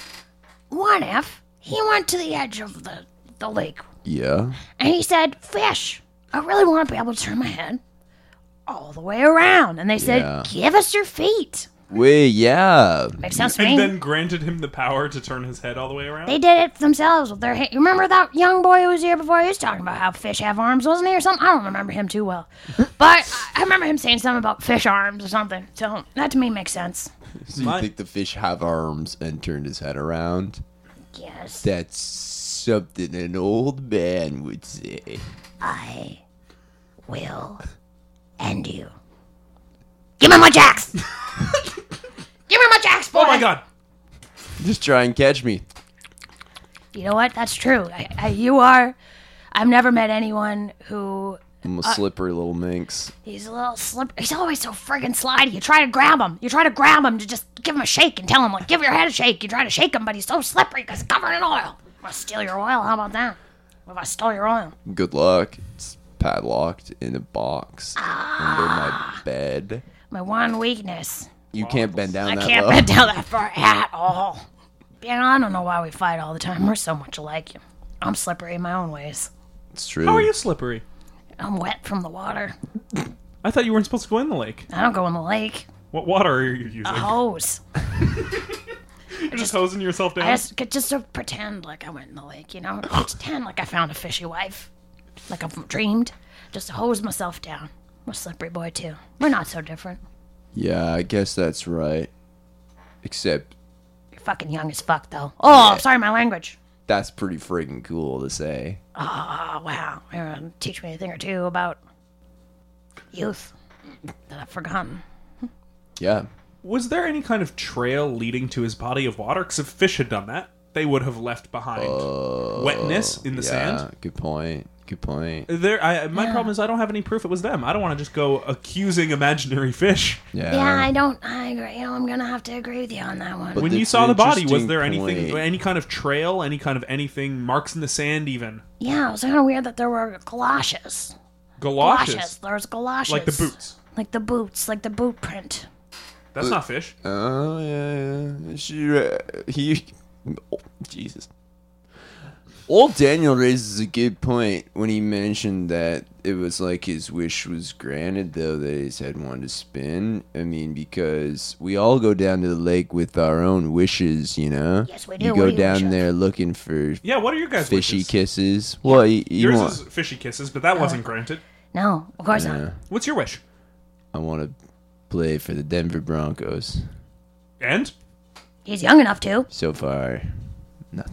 [SPEAKER 3] what if he went to the edge of the, the lake
[SPEAKER 2] yeah.
[SPEAKER 3] and he said, Fish, I really want to be able to turn my head all the way around. And they said,
[SPEAKER 2] Yeah.
[SPEAKER 3] Give us your feet.
[SPEAKER 2] Wait. Yeah.
[SPEAKER 3] Makes sense to me.
[SPEAKER 1] and then granted him the power to turn his head all the way around. Oh
[SPEAKER 3] they did it themselves with their hand. You remember that young boy who was here before? He was talking about how fish have arms, wasn't he, or something? I don't remember him too well. But I remember him saying something about fish arms or something. So that to me makes sense.
[SPEAKER 2] So you
[SPEAKER 1] My-
[SPEAKER 2] think the fish have arms and turned his head around?
[SPEAKER 3] Yes.
[SPEAKER 2] That's something an old man would say.
[SPEAKER 3] I will end you. Give me my jacks! Give me my jacks, boy!
[SPEAKER 1] oh my god.
[SPEAKER 2] Just try and catch me.
[SPEAKER 3] You know what? That's true. I, I, you are. I've never met anyone who.
[SPEAKER 2] I'm a slippery little minx.
[SPEAKER 3] He's a little slippery. He's always so friggin' slidey. You try to grab him. You try to grab him to just give him a shake and tell him, like, give your head a shake. You try to shake him, but he's so slippery because he's covered in oil. I'm gonna steal your oil. How about that? What if I stole your oil?
[SPEAKER 2] Good luck. It's padlocked in a box under my bed.
[SPEAKER 3] My one weakness.
[SPEAKER 2] You can't bend down
[SPEAKER 3] I
[SPEAKER 2] that
[SPEAKER 3] can't
[SPEAKER 2] low.
[SPEAKER 3] bend down that far at all. Man, I don't know why we fight all the time. We're so much alike. I'm slippery in my own ways.
[SPEAKER 2] It's true.
[SPEAKER 1] How are you slippery?
[SPEAKER 3] I'm wet from the water.
[SPEAKER 1] I thought you weren't supposed to go in the lake.
[SPEAKER 3] I don't go in the lake.
[SPEAKER 1] What water are you using?
[SPEAKER 3] A hose.
[SPEAKER 1] You're just hosing yourself down.
[SPEAKER 3] I just could just sort of pretend like I went in the lake, you know? pretend like I found a fishy wife. Like I've dreamed. Just hose myself down. I'm a slippery boy, too. We're not so different.
[SPEAKER 2] Yeah, I guess that's right. Except
[SPEAKER 3] You're fucking young as fuck, though. Oh, I'm sorry, my language.
[SPEAKER 2] that's pretty friggin' cool to say.
[SPEAKER 3] Oh, wow. You're gonna teach me a thing or two about youth that I've forgotten.
[SPEAKER 2] Yeah.
[SPEAKER 1] Was there any kind of trail leading to his body of water? Because if fish had done that, they would have left behind
[SPEAKER 2] Uh,
[SPEAKER 1] wetness in the
[SPEAKER 2] yeah.
[SPEAKER 1] sand.
[SPEAKER 2] Good point. Good point.
[SPEAKER 1] There, I, my problem is I don't have any proof it was them. I don't want to just go accusing imaginary fish.
[SPEAKER 2] Yeah.
[SPEAKER 3] Yeah, I don't. I agree. You know, I'm gonna have to agree with you on that one.
[SPEAKER 1] When
[SPEAKER 2] That's
[SPEAKER 1] you saw the body, was
[SPEAKER 2] interesting
[SPEAKER 1] there anything,
[SPEAKER 2] point.
[SPEAKER 1] any kind of trail, any kind of anything, marks in the sand, even
[SPEAKER 3] yeah, it was kind of weird that there were galoshes.
[SPEAKER 1] galoshes,
[SPEAKER 3] Galoshes. There was galoshes.
[SPEAKER 1] like the boots?
[SPEAKER 3] Like the boots, like the boot print.
[SPEAKER 2] Uh,
[SPEAKER 1] That's not fish.
[SPEAKER 2] Oh yeah, yeah. She, uh, he, oh, Jesus. Old Daniel raises a good point when he mentioned that it was like his wish was granted, though that his head wanted to spin. I mean, because we all go down to the lake with our own wishes, you know.
[SPEAKER 3] Yes, we do.
[SPEAKER 2] You
[SPEAKER 3] What
[SPEAKER 2] go
[SPEAKER 3] do you wish
[SPEAKER 2] down
[SPEAKER 3] of?
[SPEAKER 2] there looking for
[SPEAKER 1] Yeah, what are your guys'
[SPEAKER 2] fishy
[SPEAKER 1] wishes?
[SPEAKER 2] kisses. Well, you, you
[SPEAKER 1] Yours
[SPEAKER 2] want?
[SPEAKER 1] is fishy kisses, but
[SPEAKER 3] Uh.
[SPEAKER 1] that wasn't granted.
[SPEAKER 3] No, of course not.
[SPEAKER 1] What's your wish?
[SPEAKER 2] I want to play for the Denver Broncos.
[SPEAKER 1] And
[SPEAKER 3] He's young enough to.
[SPEAKER 2] So far, nothing.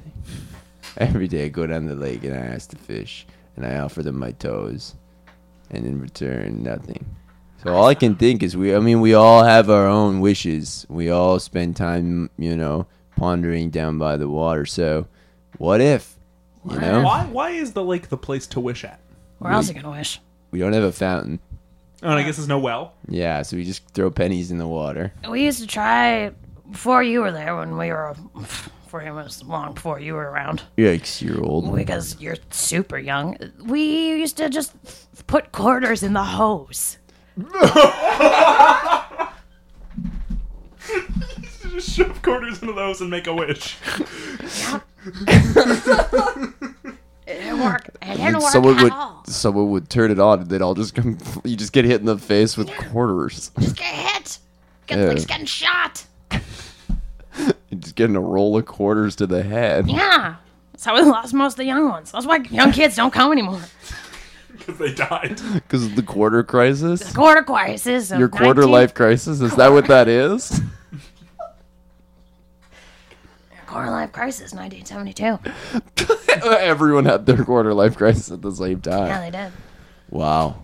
[SPEAKER 2] Every day I go down the lake and I ask the fish, and I offer them my toes, and in return, nothing. So all I can think is we. I mean, we all have our own wishes. We all spend time, you know, pondering down by the water. So, what if, you know,
[SPEAKER 1] why? Why is the lake the place to wish at?
[SPEAKER 3] Where else are you gonna wish?
[SPEAKER 2] we don't have a fountain.
[SPEAKER 1] Oh,
[SPEAKER 3] Uh.
[SPEAKER 1] and I guess there's no well.
[SPEAKER 2] Yeah, so we just throw pennies in the water.
[SPEAKER 3] We used to try before you were there when we were. Before it was long before you were around.
[SPEAKER 2] Yikes, you're old.
[SPEAKER 3] because you're super young. We used to just put quarters in the hose.
[SPEAKER 1] Just shove quarters into those and make a wish.
[SPEAKER 3] It didn't work. It didn't work
[SPEAKER 2] Someone
[SPEAKER 3] at
[SPEAKER 2] would,
[SPEAKER 3] all.
[SPEAKER 2] someone would turn it on, and they'd all just come. You just get hit in the face with quarters.
[SPEAKER 3] Just get hit. Get
[SPEAKER 2] Yeah.
[SPEAKER 3] like getting shot.
[SPEAKER 2] Just getting a roll of quarters to the head.
[SPEAKER 3] Yeah. That's how we lost most of the young ones. That's why young kids don't come anymore.
[SPEAKER 1] because they died.
[SPEAKER 2] Because of the quarter crisis?
[SPEAKER 3] Quarter crisis. of
[SPEAKER 2] Your quarter
[SPEAKER 3] 19
[SPEAKER 2] life crisis? Is that what that is?
[SPEAKER 3] Quarter life crisis, 1972.
[SPEAKER 2] Everyone had their quarter life crisis at the same
[SPEAKER 3] Yeah,
[SPEAKER 2] time.
[SPEAKER 3] they did.
[SPEAKER 2] Wow.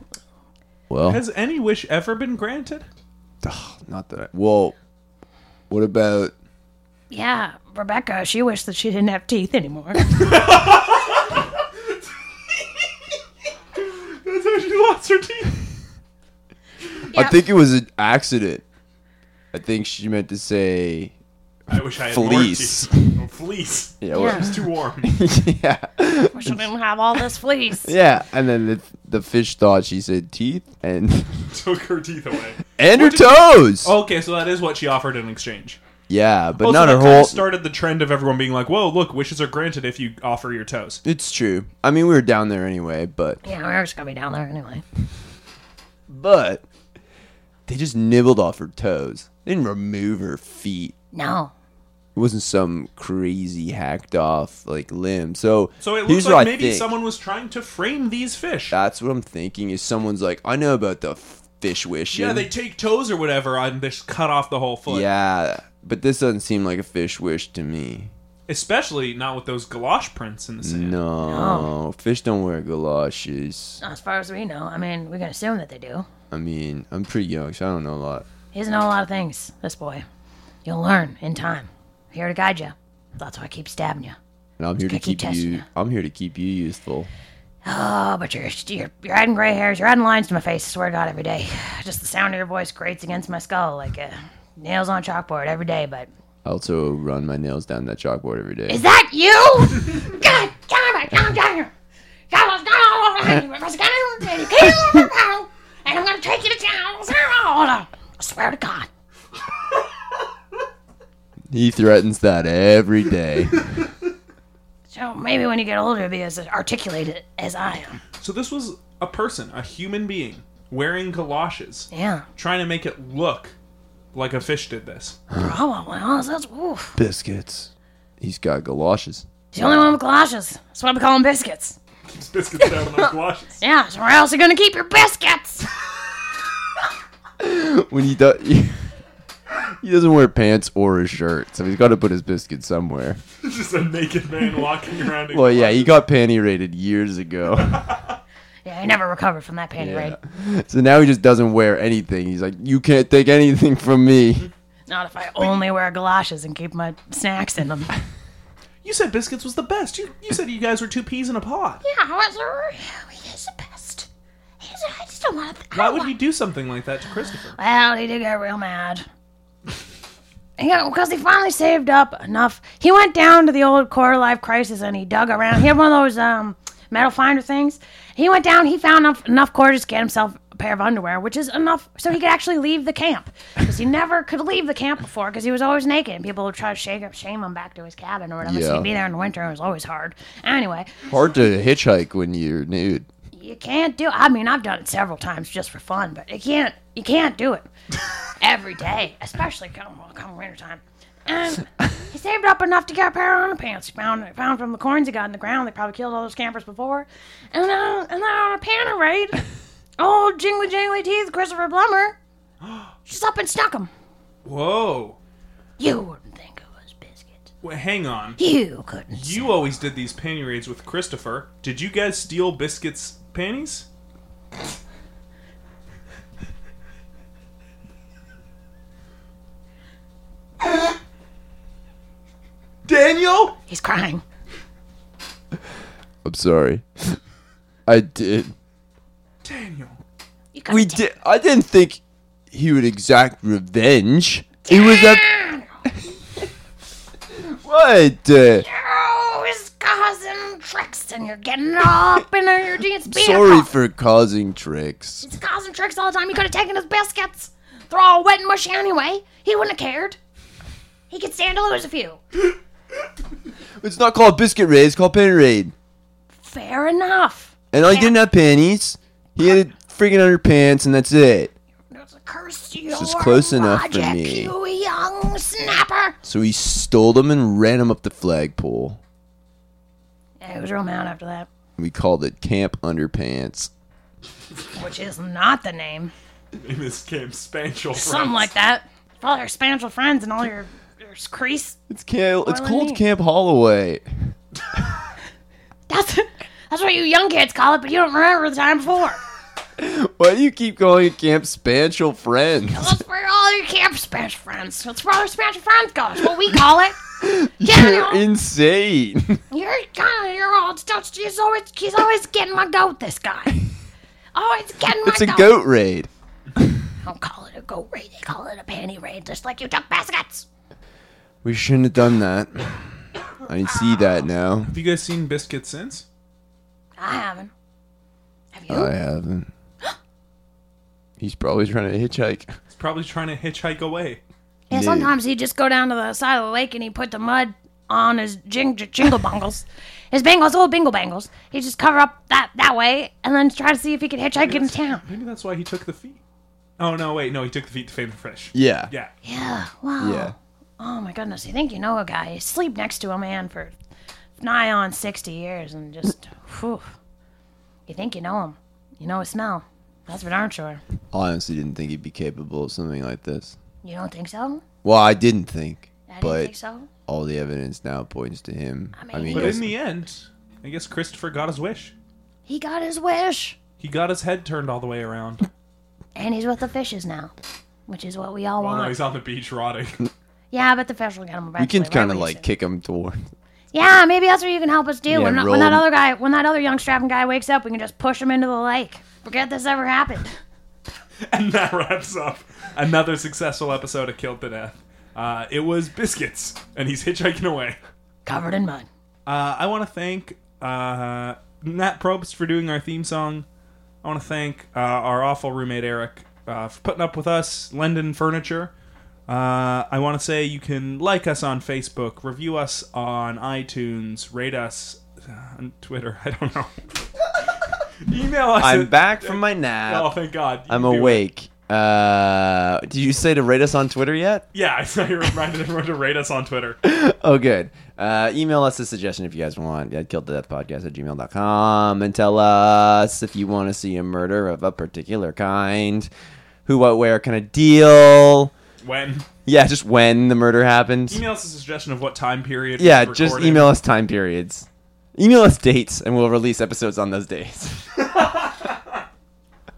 [SPEAKER 2] Well,
[SPEAKER 1] Has any wish ever been granted?
[SPEAKER 2] not that. I, well, what about.
[SPEAKER 3] Yeah, Rebecca, she wished that she didn't have teeth anymore.
[SPEAKER 1] That's how she lost her teeth.
[SPEAKER 2] I think it was an accident. I think she meant to say.
[SPEAKER 1] I wish I had
[SPEAKER 2] Fleece.
[SPEAKER 1] More teeth. Oh, fleece.
[SPEAKER 2] Yeah. what-
[SPEAKER 1] It's too warm.
[SPEAKER 2] yeah.
[SPEAKER 3] wish I didn't have all this fleece.
[SPEAKER 2] Yeah, and then the, the fish thought she said teeth and
[SPEAKER 1] Took her teeth away.
[SPEAKER 2] and her toes.
[SPEAKER 1] Okay, so that is what she offered in exchange.
[SPEAKER 2] yeah, but
[SPEAKER 1] Also,
[SPEAKER 2] not
[SPEAKER 1] Oh. that
[SPEAKER 2] her
[SPEAKER 1] kind
[SPEAKER 2] whole.
[SPEAKER 1] of started the trend of everyone being like, "Whoa, look, wishes are granted if you offer your toes."
[SPEAKER 2] it's true. I mean, we were down there anyway, but
[SPEAKER 3] Yeah, we're just gonna be down there anyway.
[SPEAKER 2] but they just nibbled off her toes. They didn't remove her feet.
[SPEAKER 3] No.
[SPEAKER 2] It wasn't some crazy hacked off like limb. So
[SPEAKER 1] So it looks
[SPEAKER 2] here's what
[SPEAKER 1] like
[SPEAKER 2] I
[SPEAKER 1] maybe
[SPEAKER 2] think.
[SPEAKER 1] someone was trying to frame these fish.
[SPEAKER 2] That's what I'm thinking. Is someone's like, I know about the fish wishing.
[SPEAKER 1] yeah, they take toes or whatever and they just cut off the whole foot.
[SPEAKER 2] Yeah, but this doesn't seem like a fish wish to me.
[SPEAKER 1] Especially not with those galosh prints in the sand.
[SPEAKER 2] No, fish don't wear galoshes.
[SPEAKER 3] As far as we know, I mean, we can assume that they do.
[SPEAKER 2] I mean, I'm pretty young, so I don't know a lot.
[SPEAKER 3] He doesn't know a lot of things, this boy. You'll learn in time. Here to guide you. That's why I keep stabbing you.
[SPEAKER 2] And I'm here to
[SPEAKER 3] Gotta keep
[SPEAKER 2] keep you.
[SPEAKER 3] testing.
[SPEAKER 2] I'm here to keep you useful.
[SPEAKER 3] Oh, but you're, you're, you're adding gray hairs, you're adding lines to my face, I swear to God, every day. Just the sound of your voice grates against my skull like uh, nails on a chalkboard every day, but.
[SPEAKER 2] I also run my nails down that chalkboard every day.
[SPEAKER 3] Is that you? God damn it, come down here. God, it's not all over you. It was gonna- it came over now, And I'm gonna take you to town. I swear to God.
[SPEAKER 2] He threatens that every day.
[SPEAKER 3] So maybe when you get older, be as articulated as I am.
[SPEAKER 1] So this was a person, a human being, wearing galoshes,
[SPEAKER 3] Yeah.
[SPEAKER 1] trying to make it look like a fish did this.
[SPEAKER 3] Probably. Huh? That's oof.
[SPEAKER 2] Biscuits. He's got galoshes.
[SPEAKER 3] He's the only one with galoshes. That's why we call them biscuits.
[SPEAKER 1] Keeps biscuits down on galoshes.
[SPEAKER 3] Yeah, so where else are you gonna keep your biscuits?
[SPEAKER 2] When he does, he doesn't wear pants or a shirt, so he's got to put his biscuits somewhere.
[SPEAKER 1] It's just a naked man walking around. in
[SPEAKER 2] Well, yeah, he got panty raided years ago,
[SPEAKER 3] Yeah, I never recovered from that pain raid.
[SPEAKER 2] so now he just doesn't wear anything. He's like, you can't take anything from me.
[SPEAKER 3] Not if I only wear galoshes and keep my snacks in them. yeah,
[SPEAKER 1] You said biscuits was the best. You, you said you guys were two peas in a pod.
[SPEAKER 3] what's He is the best. He's, I just don't want to.
[SPEAKER 1] Why would you do something like that to Christopher?
[SPEAKER 3] Well, he did get real mad. Yeah, because he finally saved up enough. He went down to the old quarter life crisis and he dug around. He had one of those um, metal finder things. He went down. He found enough, enough quarters to get himself a pair of underwear, which is enough so he could actually leave the camp. Because he never could leave the camp before because he was always naked and people would try to shake him, shame him back to his cabin or whatever. So
[SPEAKER 2] Yeah.
[SPEAKER 3] he'd be there in the winter. It was always hard. Anyway,
[SPEAKER 2] Hard to hitchhike when you're nude.
[SPEAKER 3] you can't do i mean i've done it several times just for fun but you can't you can't do it every day especially come well, come wintertime and he saved up enough to get a pair of underpants he found found from the coins he got in the ground they probably killed all those campers before and then and then on a panda raid old jingly jingly teeth christopher blummer just up and snuck him
[SPEAKER 1] Whoa.
[SPEAKER 3] you wouldn't think it was biscuits
[SPEAKER 1] Wait, hang on.
[SPEAKER 3] you couldn't
[SPEAKER 1] You always did these panty raids with Christopher. Did you guys steal biscuits' panties? Daniel?
[SPEAKER 3] he's crying
[SPEAKER 2] I'm sorry. I did.
[SPEAKER 1] Daniel.
[SPEAKER 3] you couldn't
[SPEAKER 2] We
[SPEAKER 3] take-
[SPEAKER 2] did. I didn't think he would exact revenge. It was a. what? Uh,
[SPEAKER 3] Oh, it's causing tricks, and you're getting all up in your jeans. being a
[SPEAKER 2] sorry
[SPEAKER 3] cop.
[SPEAKER 2] for causing tricks.
[SPEAKER 3] He's causing tricks all the time. You could have taken his biscuits. They're all wet and mushy anyway. He wouldn't have cared. He could stand to lose a few.
[SPEAKER 2] It's not called biscuit raid. It's called panty raid.
[SPEAKER 3] Fair enough.
[SPEAKER 2] And I didn't have panties. He had freaking underpants, and that's it.
[SPEAKER 3] It's a curse to your
[SPEAKER 2] is close enough for
[SPEAKER 3] logic,
[SPEAKER 2] me.
[SPEAKER 3] you young snapper.
[SPEAKER 2] So he stole them and ran them up the flagpole.
[SPEAKER 3] Yeah, he was real mad after that,
[SPEAKER 2] We called it Camp Underpants.
[SPEAKER 3] which is not the name.
[SPEAKER 1] in this game, Spanchel.
[SPEAKER 3] Something like that. For all your Spanish friends and all your, your crease.
[SPEAKER 2] It's camp. It's
[SPEAKER 3] Why
[SPEAKER 2] called
[SPEAKER 3] wouldn't he?
[SPEAKER 2] Camp Holloway.
[SPEAKER 3] That's that's what you young kids call it, but you don't remember the time before.
[SPEAKER 2] Why do you keep calling it Camp Spaniel Friends?
[SPEAKER 3] That's where all your camp Spanish friends. That's where all your Spanish friends go. That's what we call it. Yeah,
[SPEAKER 2] You're insane.
[SPEAKER 3] You're kind of your old stuff. He's always he's always getting my goat. This guy, always getting my
[SPEAKER 2] it's a goat raid.
[SPEAKER 3] Don't call it a goat raid. They call it a panty raid, just like you took baskets.
[SPEAKER 2] We shouldn't have done that. I didn't see that now.
[SPEAKER 1] Have you guys seen Biscuit since?
[SPEAKER 3] I haven't. Have you?
[SPEAKER 2] I haven't. He's probably trying to hitchhike.
[SPEAKER 1] He's probably trying to hitchhike away.
[SPEAKER 3] yeah.
[SPEAKER 2] no.
[SPEAKER 3] Sometimes he'd just go down to the side of the lake and he put the mud on his jing- j- jingle bongles, his bangles, old bingle bangles. He'd just cover up that that way and then try to see if he could hitchhike into town.
[SPEAKER 1] Maybe that's why he took the feet. Oh no, wait, no, he took the feet to Fame Fresh.
[SPEAKER 2] Yeah.
[SPEAKER 1] Yeah.
[SPEAKER 3] Yeah. Wow.
[SPEAKER 2] Yeah.
[SPEAKER 3] Oh my goodness, you think you know a guy. You sleep next to a man for nigh on 60 years and just, whew. You think you know him. You know his smell. That's for darn sure.
[SPEAKER 2] I honestly didn't think he'd be capable of something like this.
[SPEAKER 3] You don't think so?
[SPEAKER 2] Well, I didn't think,
[SPEAKER 3] I didn't
[SPEAKER 2] but
[SPEAKER 3] think so.
[SPEAKER 2] all the evidence now points to him. I
[SPEAKER 3] mean-
[SPEAKER 2] mean,
[SPEAKER 1] But
[SPEAKER 2] yes,
[SPEAKER 1] in the end, I guess Christopher got his wish.
[SPEAKER 3] He got his wish.
[SPEAKER 1] He got his head turned all the way around.
[SPEAKER 3] And he's with the fishes now, which is what we all
[SPEAKER 1] Oh no,
[SPEAKER 3] want.
[SPEAKER 1] he's on the beach rotting.
[SPEAKER 3] Yeah, but the fish will get him back.
[SPEAKER 2] we can kind of like kick him toward.
[SPEAKER 3] Yeah, maybe that's what you can help us do.
[SPEAKER 2] Yeah,
[SPEAKER 3] when,
[SPEAKER 2] roll
[SPEAKER 3] when that
[SPEAKER 2] him.
[SPEAKER 3] other guy, when that other young strapping guy wakes up, we can just push him into the lake. Forget this ever happened.
[SPEAKER 1] and that wraps up another successful episode of Killed to Death. Uh, it was Biscuits, and he's hitchhiking away.
[SPEAKER 3] Covered in mud.
[SPEAKER 1] Uh, I want to thank uh, Nat Probst for doing our theme song. I want to thank uh, our awful roommate Eric uh, for putting up with us, Lendon Furniture. Uh, I want to say you can like us on Facebook, review us on iTunes, rate us uh, on Twitter. I don't know. Email us.
[SPEAKER 4] I'm
[SPEAKER 1] at-
[SPEAKER 4] back from my
[SPEAKER 1] Oh,
[SPEAKER 4] nap.
[SPEAKER 1] thank God. You
[SPEAKER 4] I'm
[SPEAKER 1] can do it.
[SPEAKER 4] awake. Uh, did you say to rate us on Twitter yet?
[SPEAKER 1] Yeah, I saw you reminded everyone to rate us on Twitter.
[SPEAKER 4] Oh, good. Uh, email us a suggestion if you guys want at killedtodeathpodcast at gmail.com and tell us if you want to see a murder of a particular kind. Who, what, where kind of deal.
[SPEAKER 1] When?
[SPEAKER 4] Yeah, just when the murder happened.
[SPEAKER 1] Email us a suggestion of what time period.
[SPEAKER 4] yeah,
[SPEAKER 1] was
[SPEAKER 4] just
[SPEAKER 1] recorded.
[SPEAKER 4] email us time periods. Email us dates, and we'll release episodes on those days.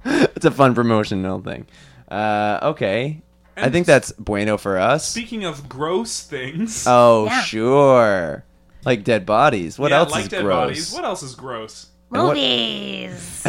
[SPEAKER 4] it's a fun promotional thing. Uh, okay. I
[SPEAKER 1] And
[SPEAKER 4] think that's bueno for us.
[SPEAKER 1] Speaking of gross things.
[SPEAKER 4] Oh,
[SPEAKER 3] Yeah.
[SPEAKER 4] sure. Like dead bodies. What
[SPEAKER 1] Yeah,
[SPEAKER 4] else
[SPEAKER 1] like
[SPEAKER 4] is
[SPEAKER 1] dead
[SPEAKER 4] gross?
[SPEAKER 1] bodies. What else is gross?
[SPEAKER 4] And what-
[SPEAKER 3] Movies.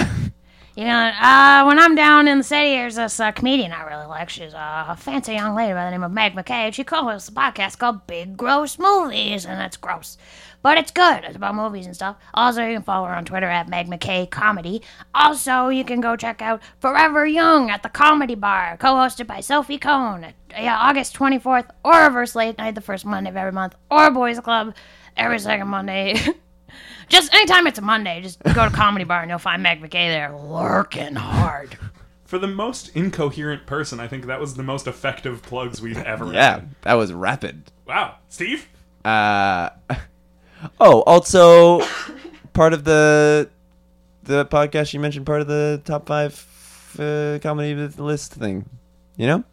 [SPEAKER 3] you know, uh, when I'm down in the city, there's this uh, comedian I really like. She's uh, a fancy young lady by the name of Meg McCabe. She co-hosts a podcast called Big Gross Movies, and it's gross, but it's good. It's about movies and stuff. Also, you can follow her on Twitter at Meg McKay Comedy. Also, you can go check out Forever Young at the Comedy Bar, co-hosted by Sophie Cohn. at- Yeah, August 24th, or Reverse Late Night, the first Monday of every month, or Boys Club every second Monday. Just anytime it's a Monday, just go to Comedy Bar and you'll find Meg McKay there lurking hard.
[SPEAKER 1] For the most incoherent person, I think that was the most effective plugs we've ever
[SPEAKER 4] Yeah,
[SPEAKER 1] had.
[SPEAKER 4] that was rapid.
[SPEAKER 1] Wow. Steve?
[SPEAKER 4] Uh, oh, also part of the the podcast you mentioned, part of the top five uh, comedy list thing. You know,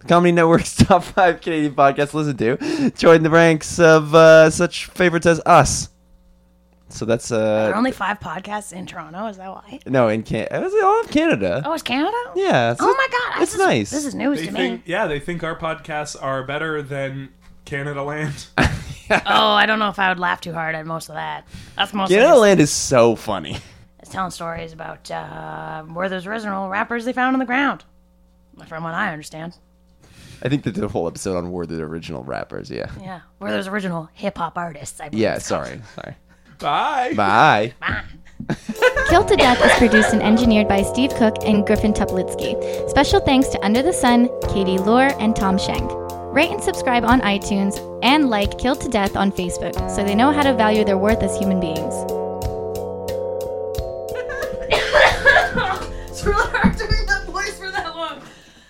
[SPEAKER 4] the Comedy Network's top five Canadian podcasts to listen to. Join the ranks of uh, such favorites as us. So that's
[SPEAKER 3] There are
[SPEAKER 4] uh
[SPEAKER 3] only five podcasts in Toronto, is that why?
[SPEAKER 4] no in Can- it was all of Canada.
[SPEAKER 3] Oh, it's Canada?
[SPEAKER 4] Yeah. it's-
[SPEAKER 3] Oh my god.
[SPEAKER 4] it's
[SPEAKER 3] this is-
[SPEAKER 4] nice.
[SPEAKER 3] This is news
[SPEAKER 1] They
[SPEAKER 3] to
[SPEAKER 1] think,
[SPEAKER 3] me.
[SPEAKER 1] yeah, they think our podcasts are better than Canada Land.
[SPEAKER 3] Oh, I don't know if I would laugh too hard at most of that. That's mostly
[SPEAKER 4] Canada
[SPEAKER 3] just-
[SPEAKER 4] Land is so funny.
[SPEAKER 3] it's telling stories about uh, where those original rappers they found on the ground. From what I understand.
[SPEAKER 4] I think they did a whole episode on were the original rappers. Yeah.
[SPEAKER 3] Yeah. Where those original hip hop artists, I believe.
[SPEAKER 4] Yeah. Sorry. Sorry.
[SPEAKER 1] Bye.
[SPEAKER 4] Bye.
[SPEAKER 5] Killed to Death is produced and engineered by Steve Cook and Griffin Tuplitsky. Special thanks to Under the Sun, Katie Lohr, and Tom Schenk. Rate and subscribe on iTunes and like Killed to Death on Facebook so they know how to value their worth as human beings.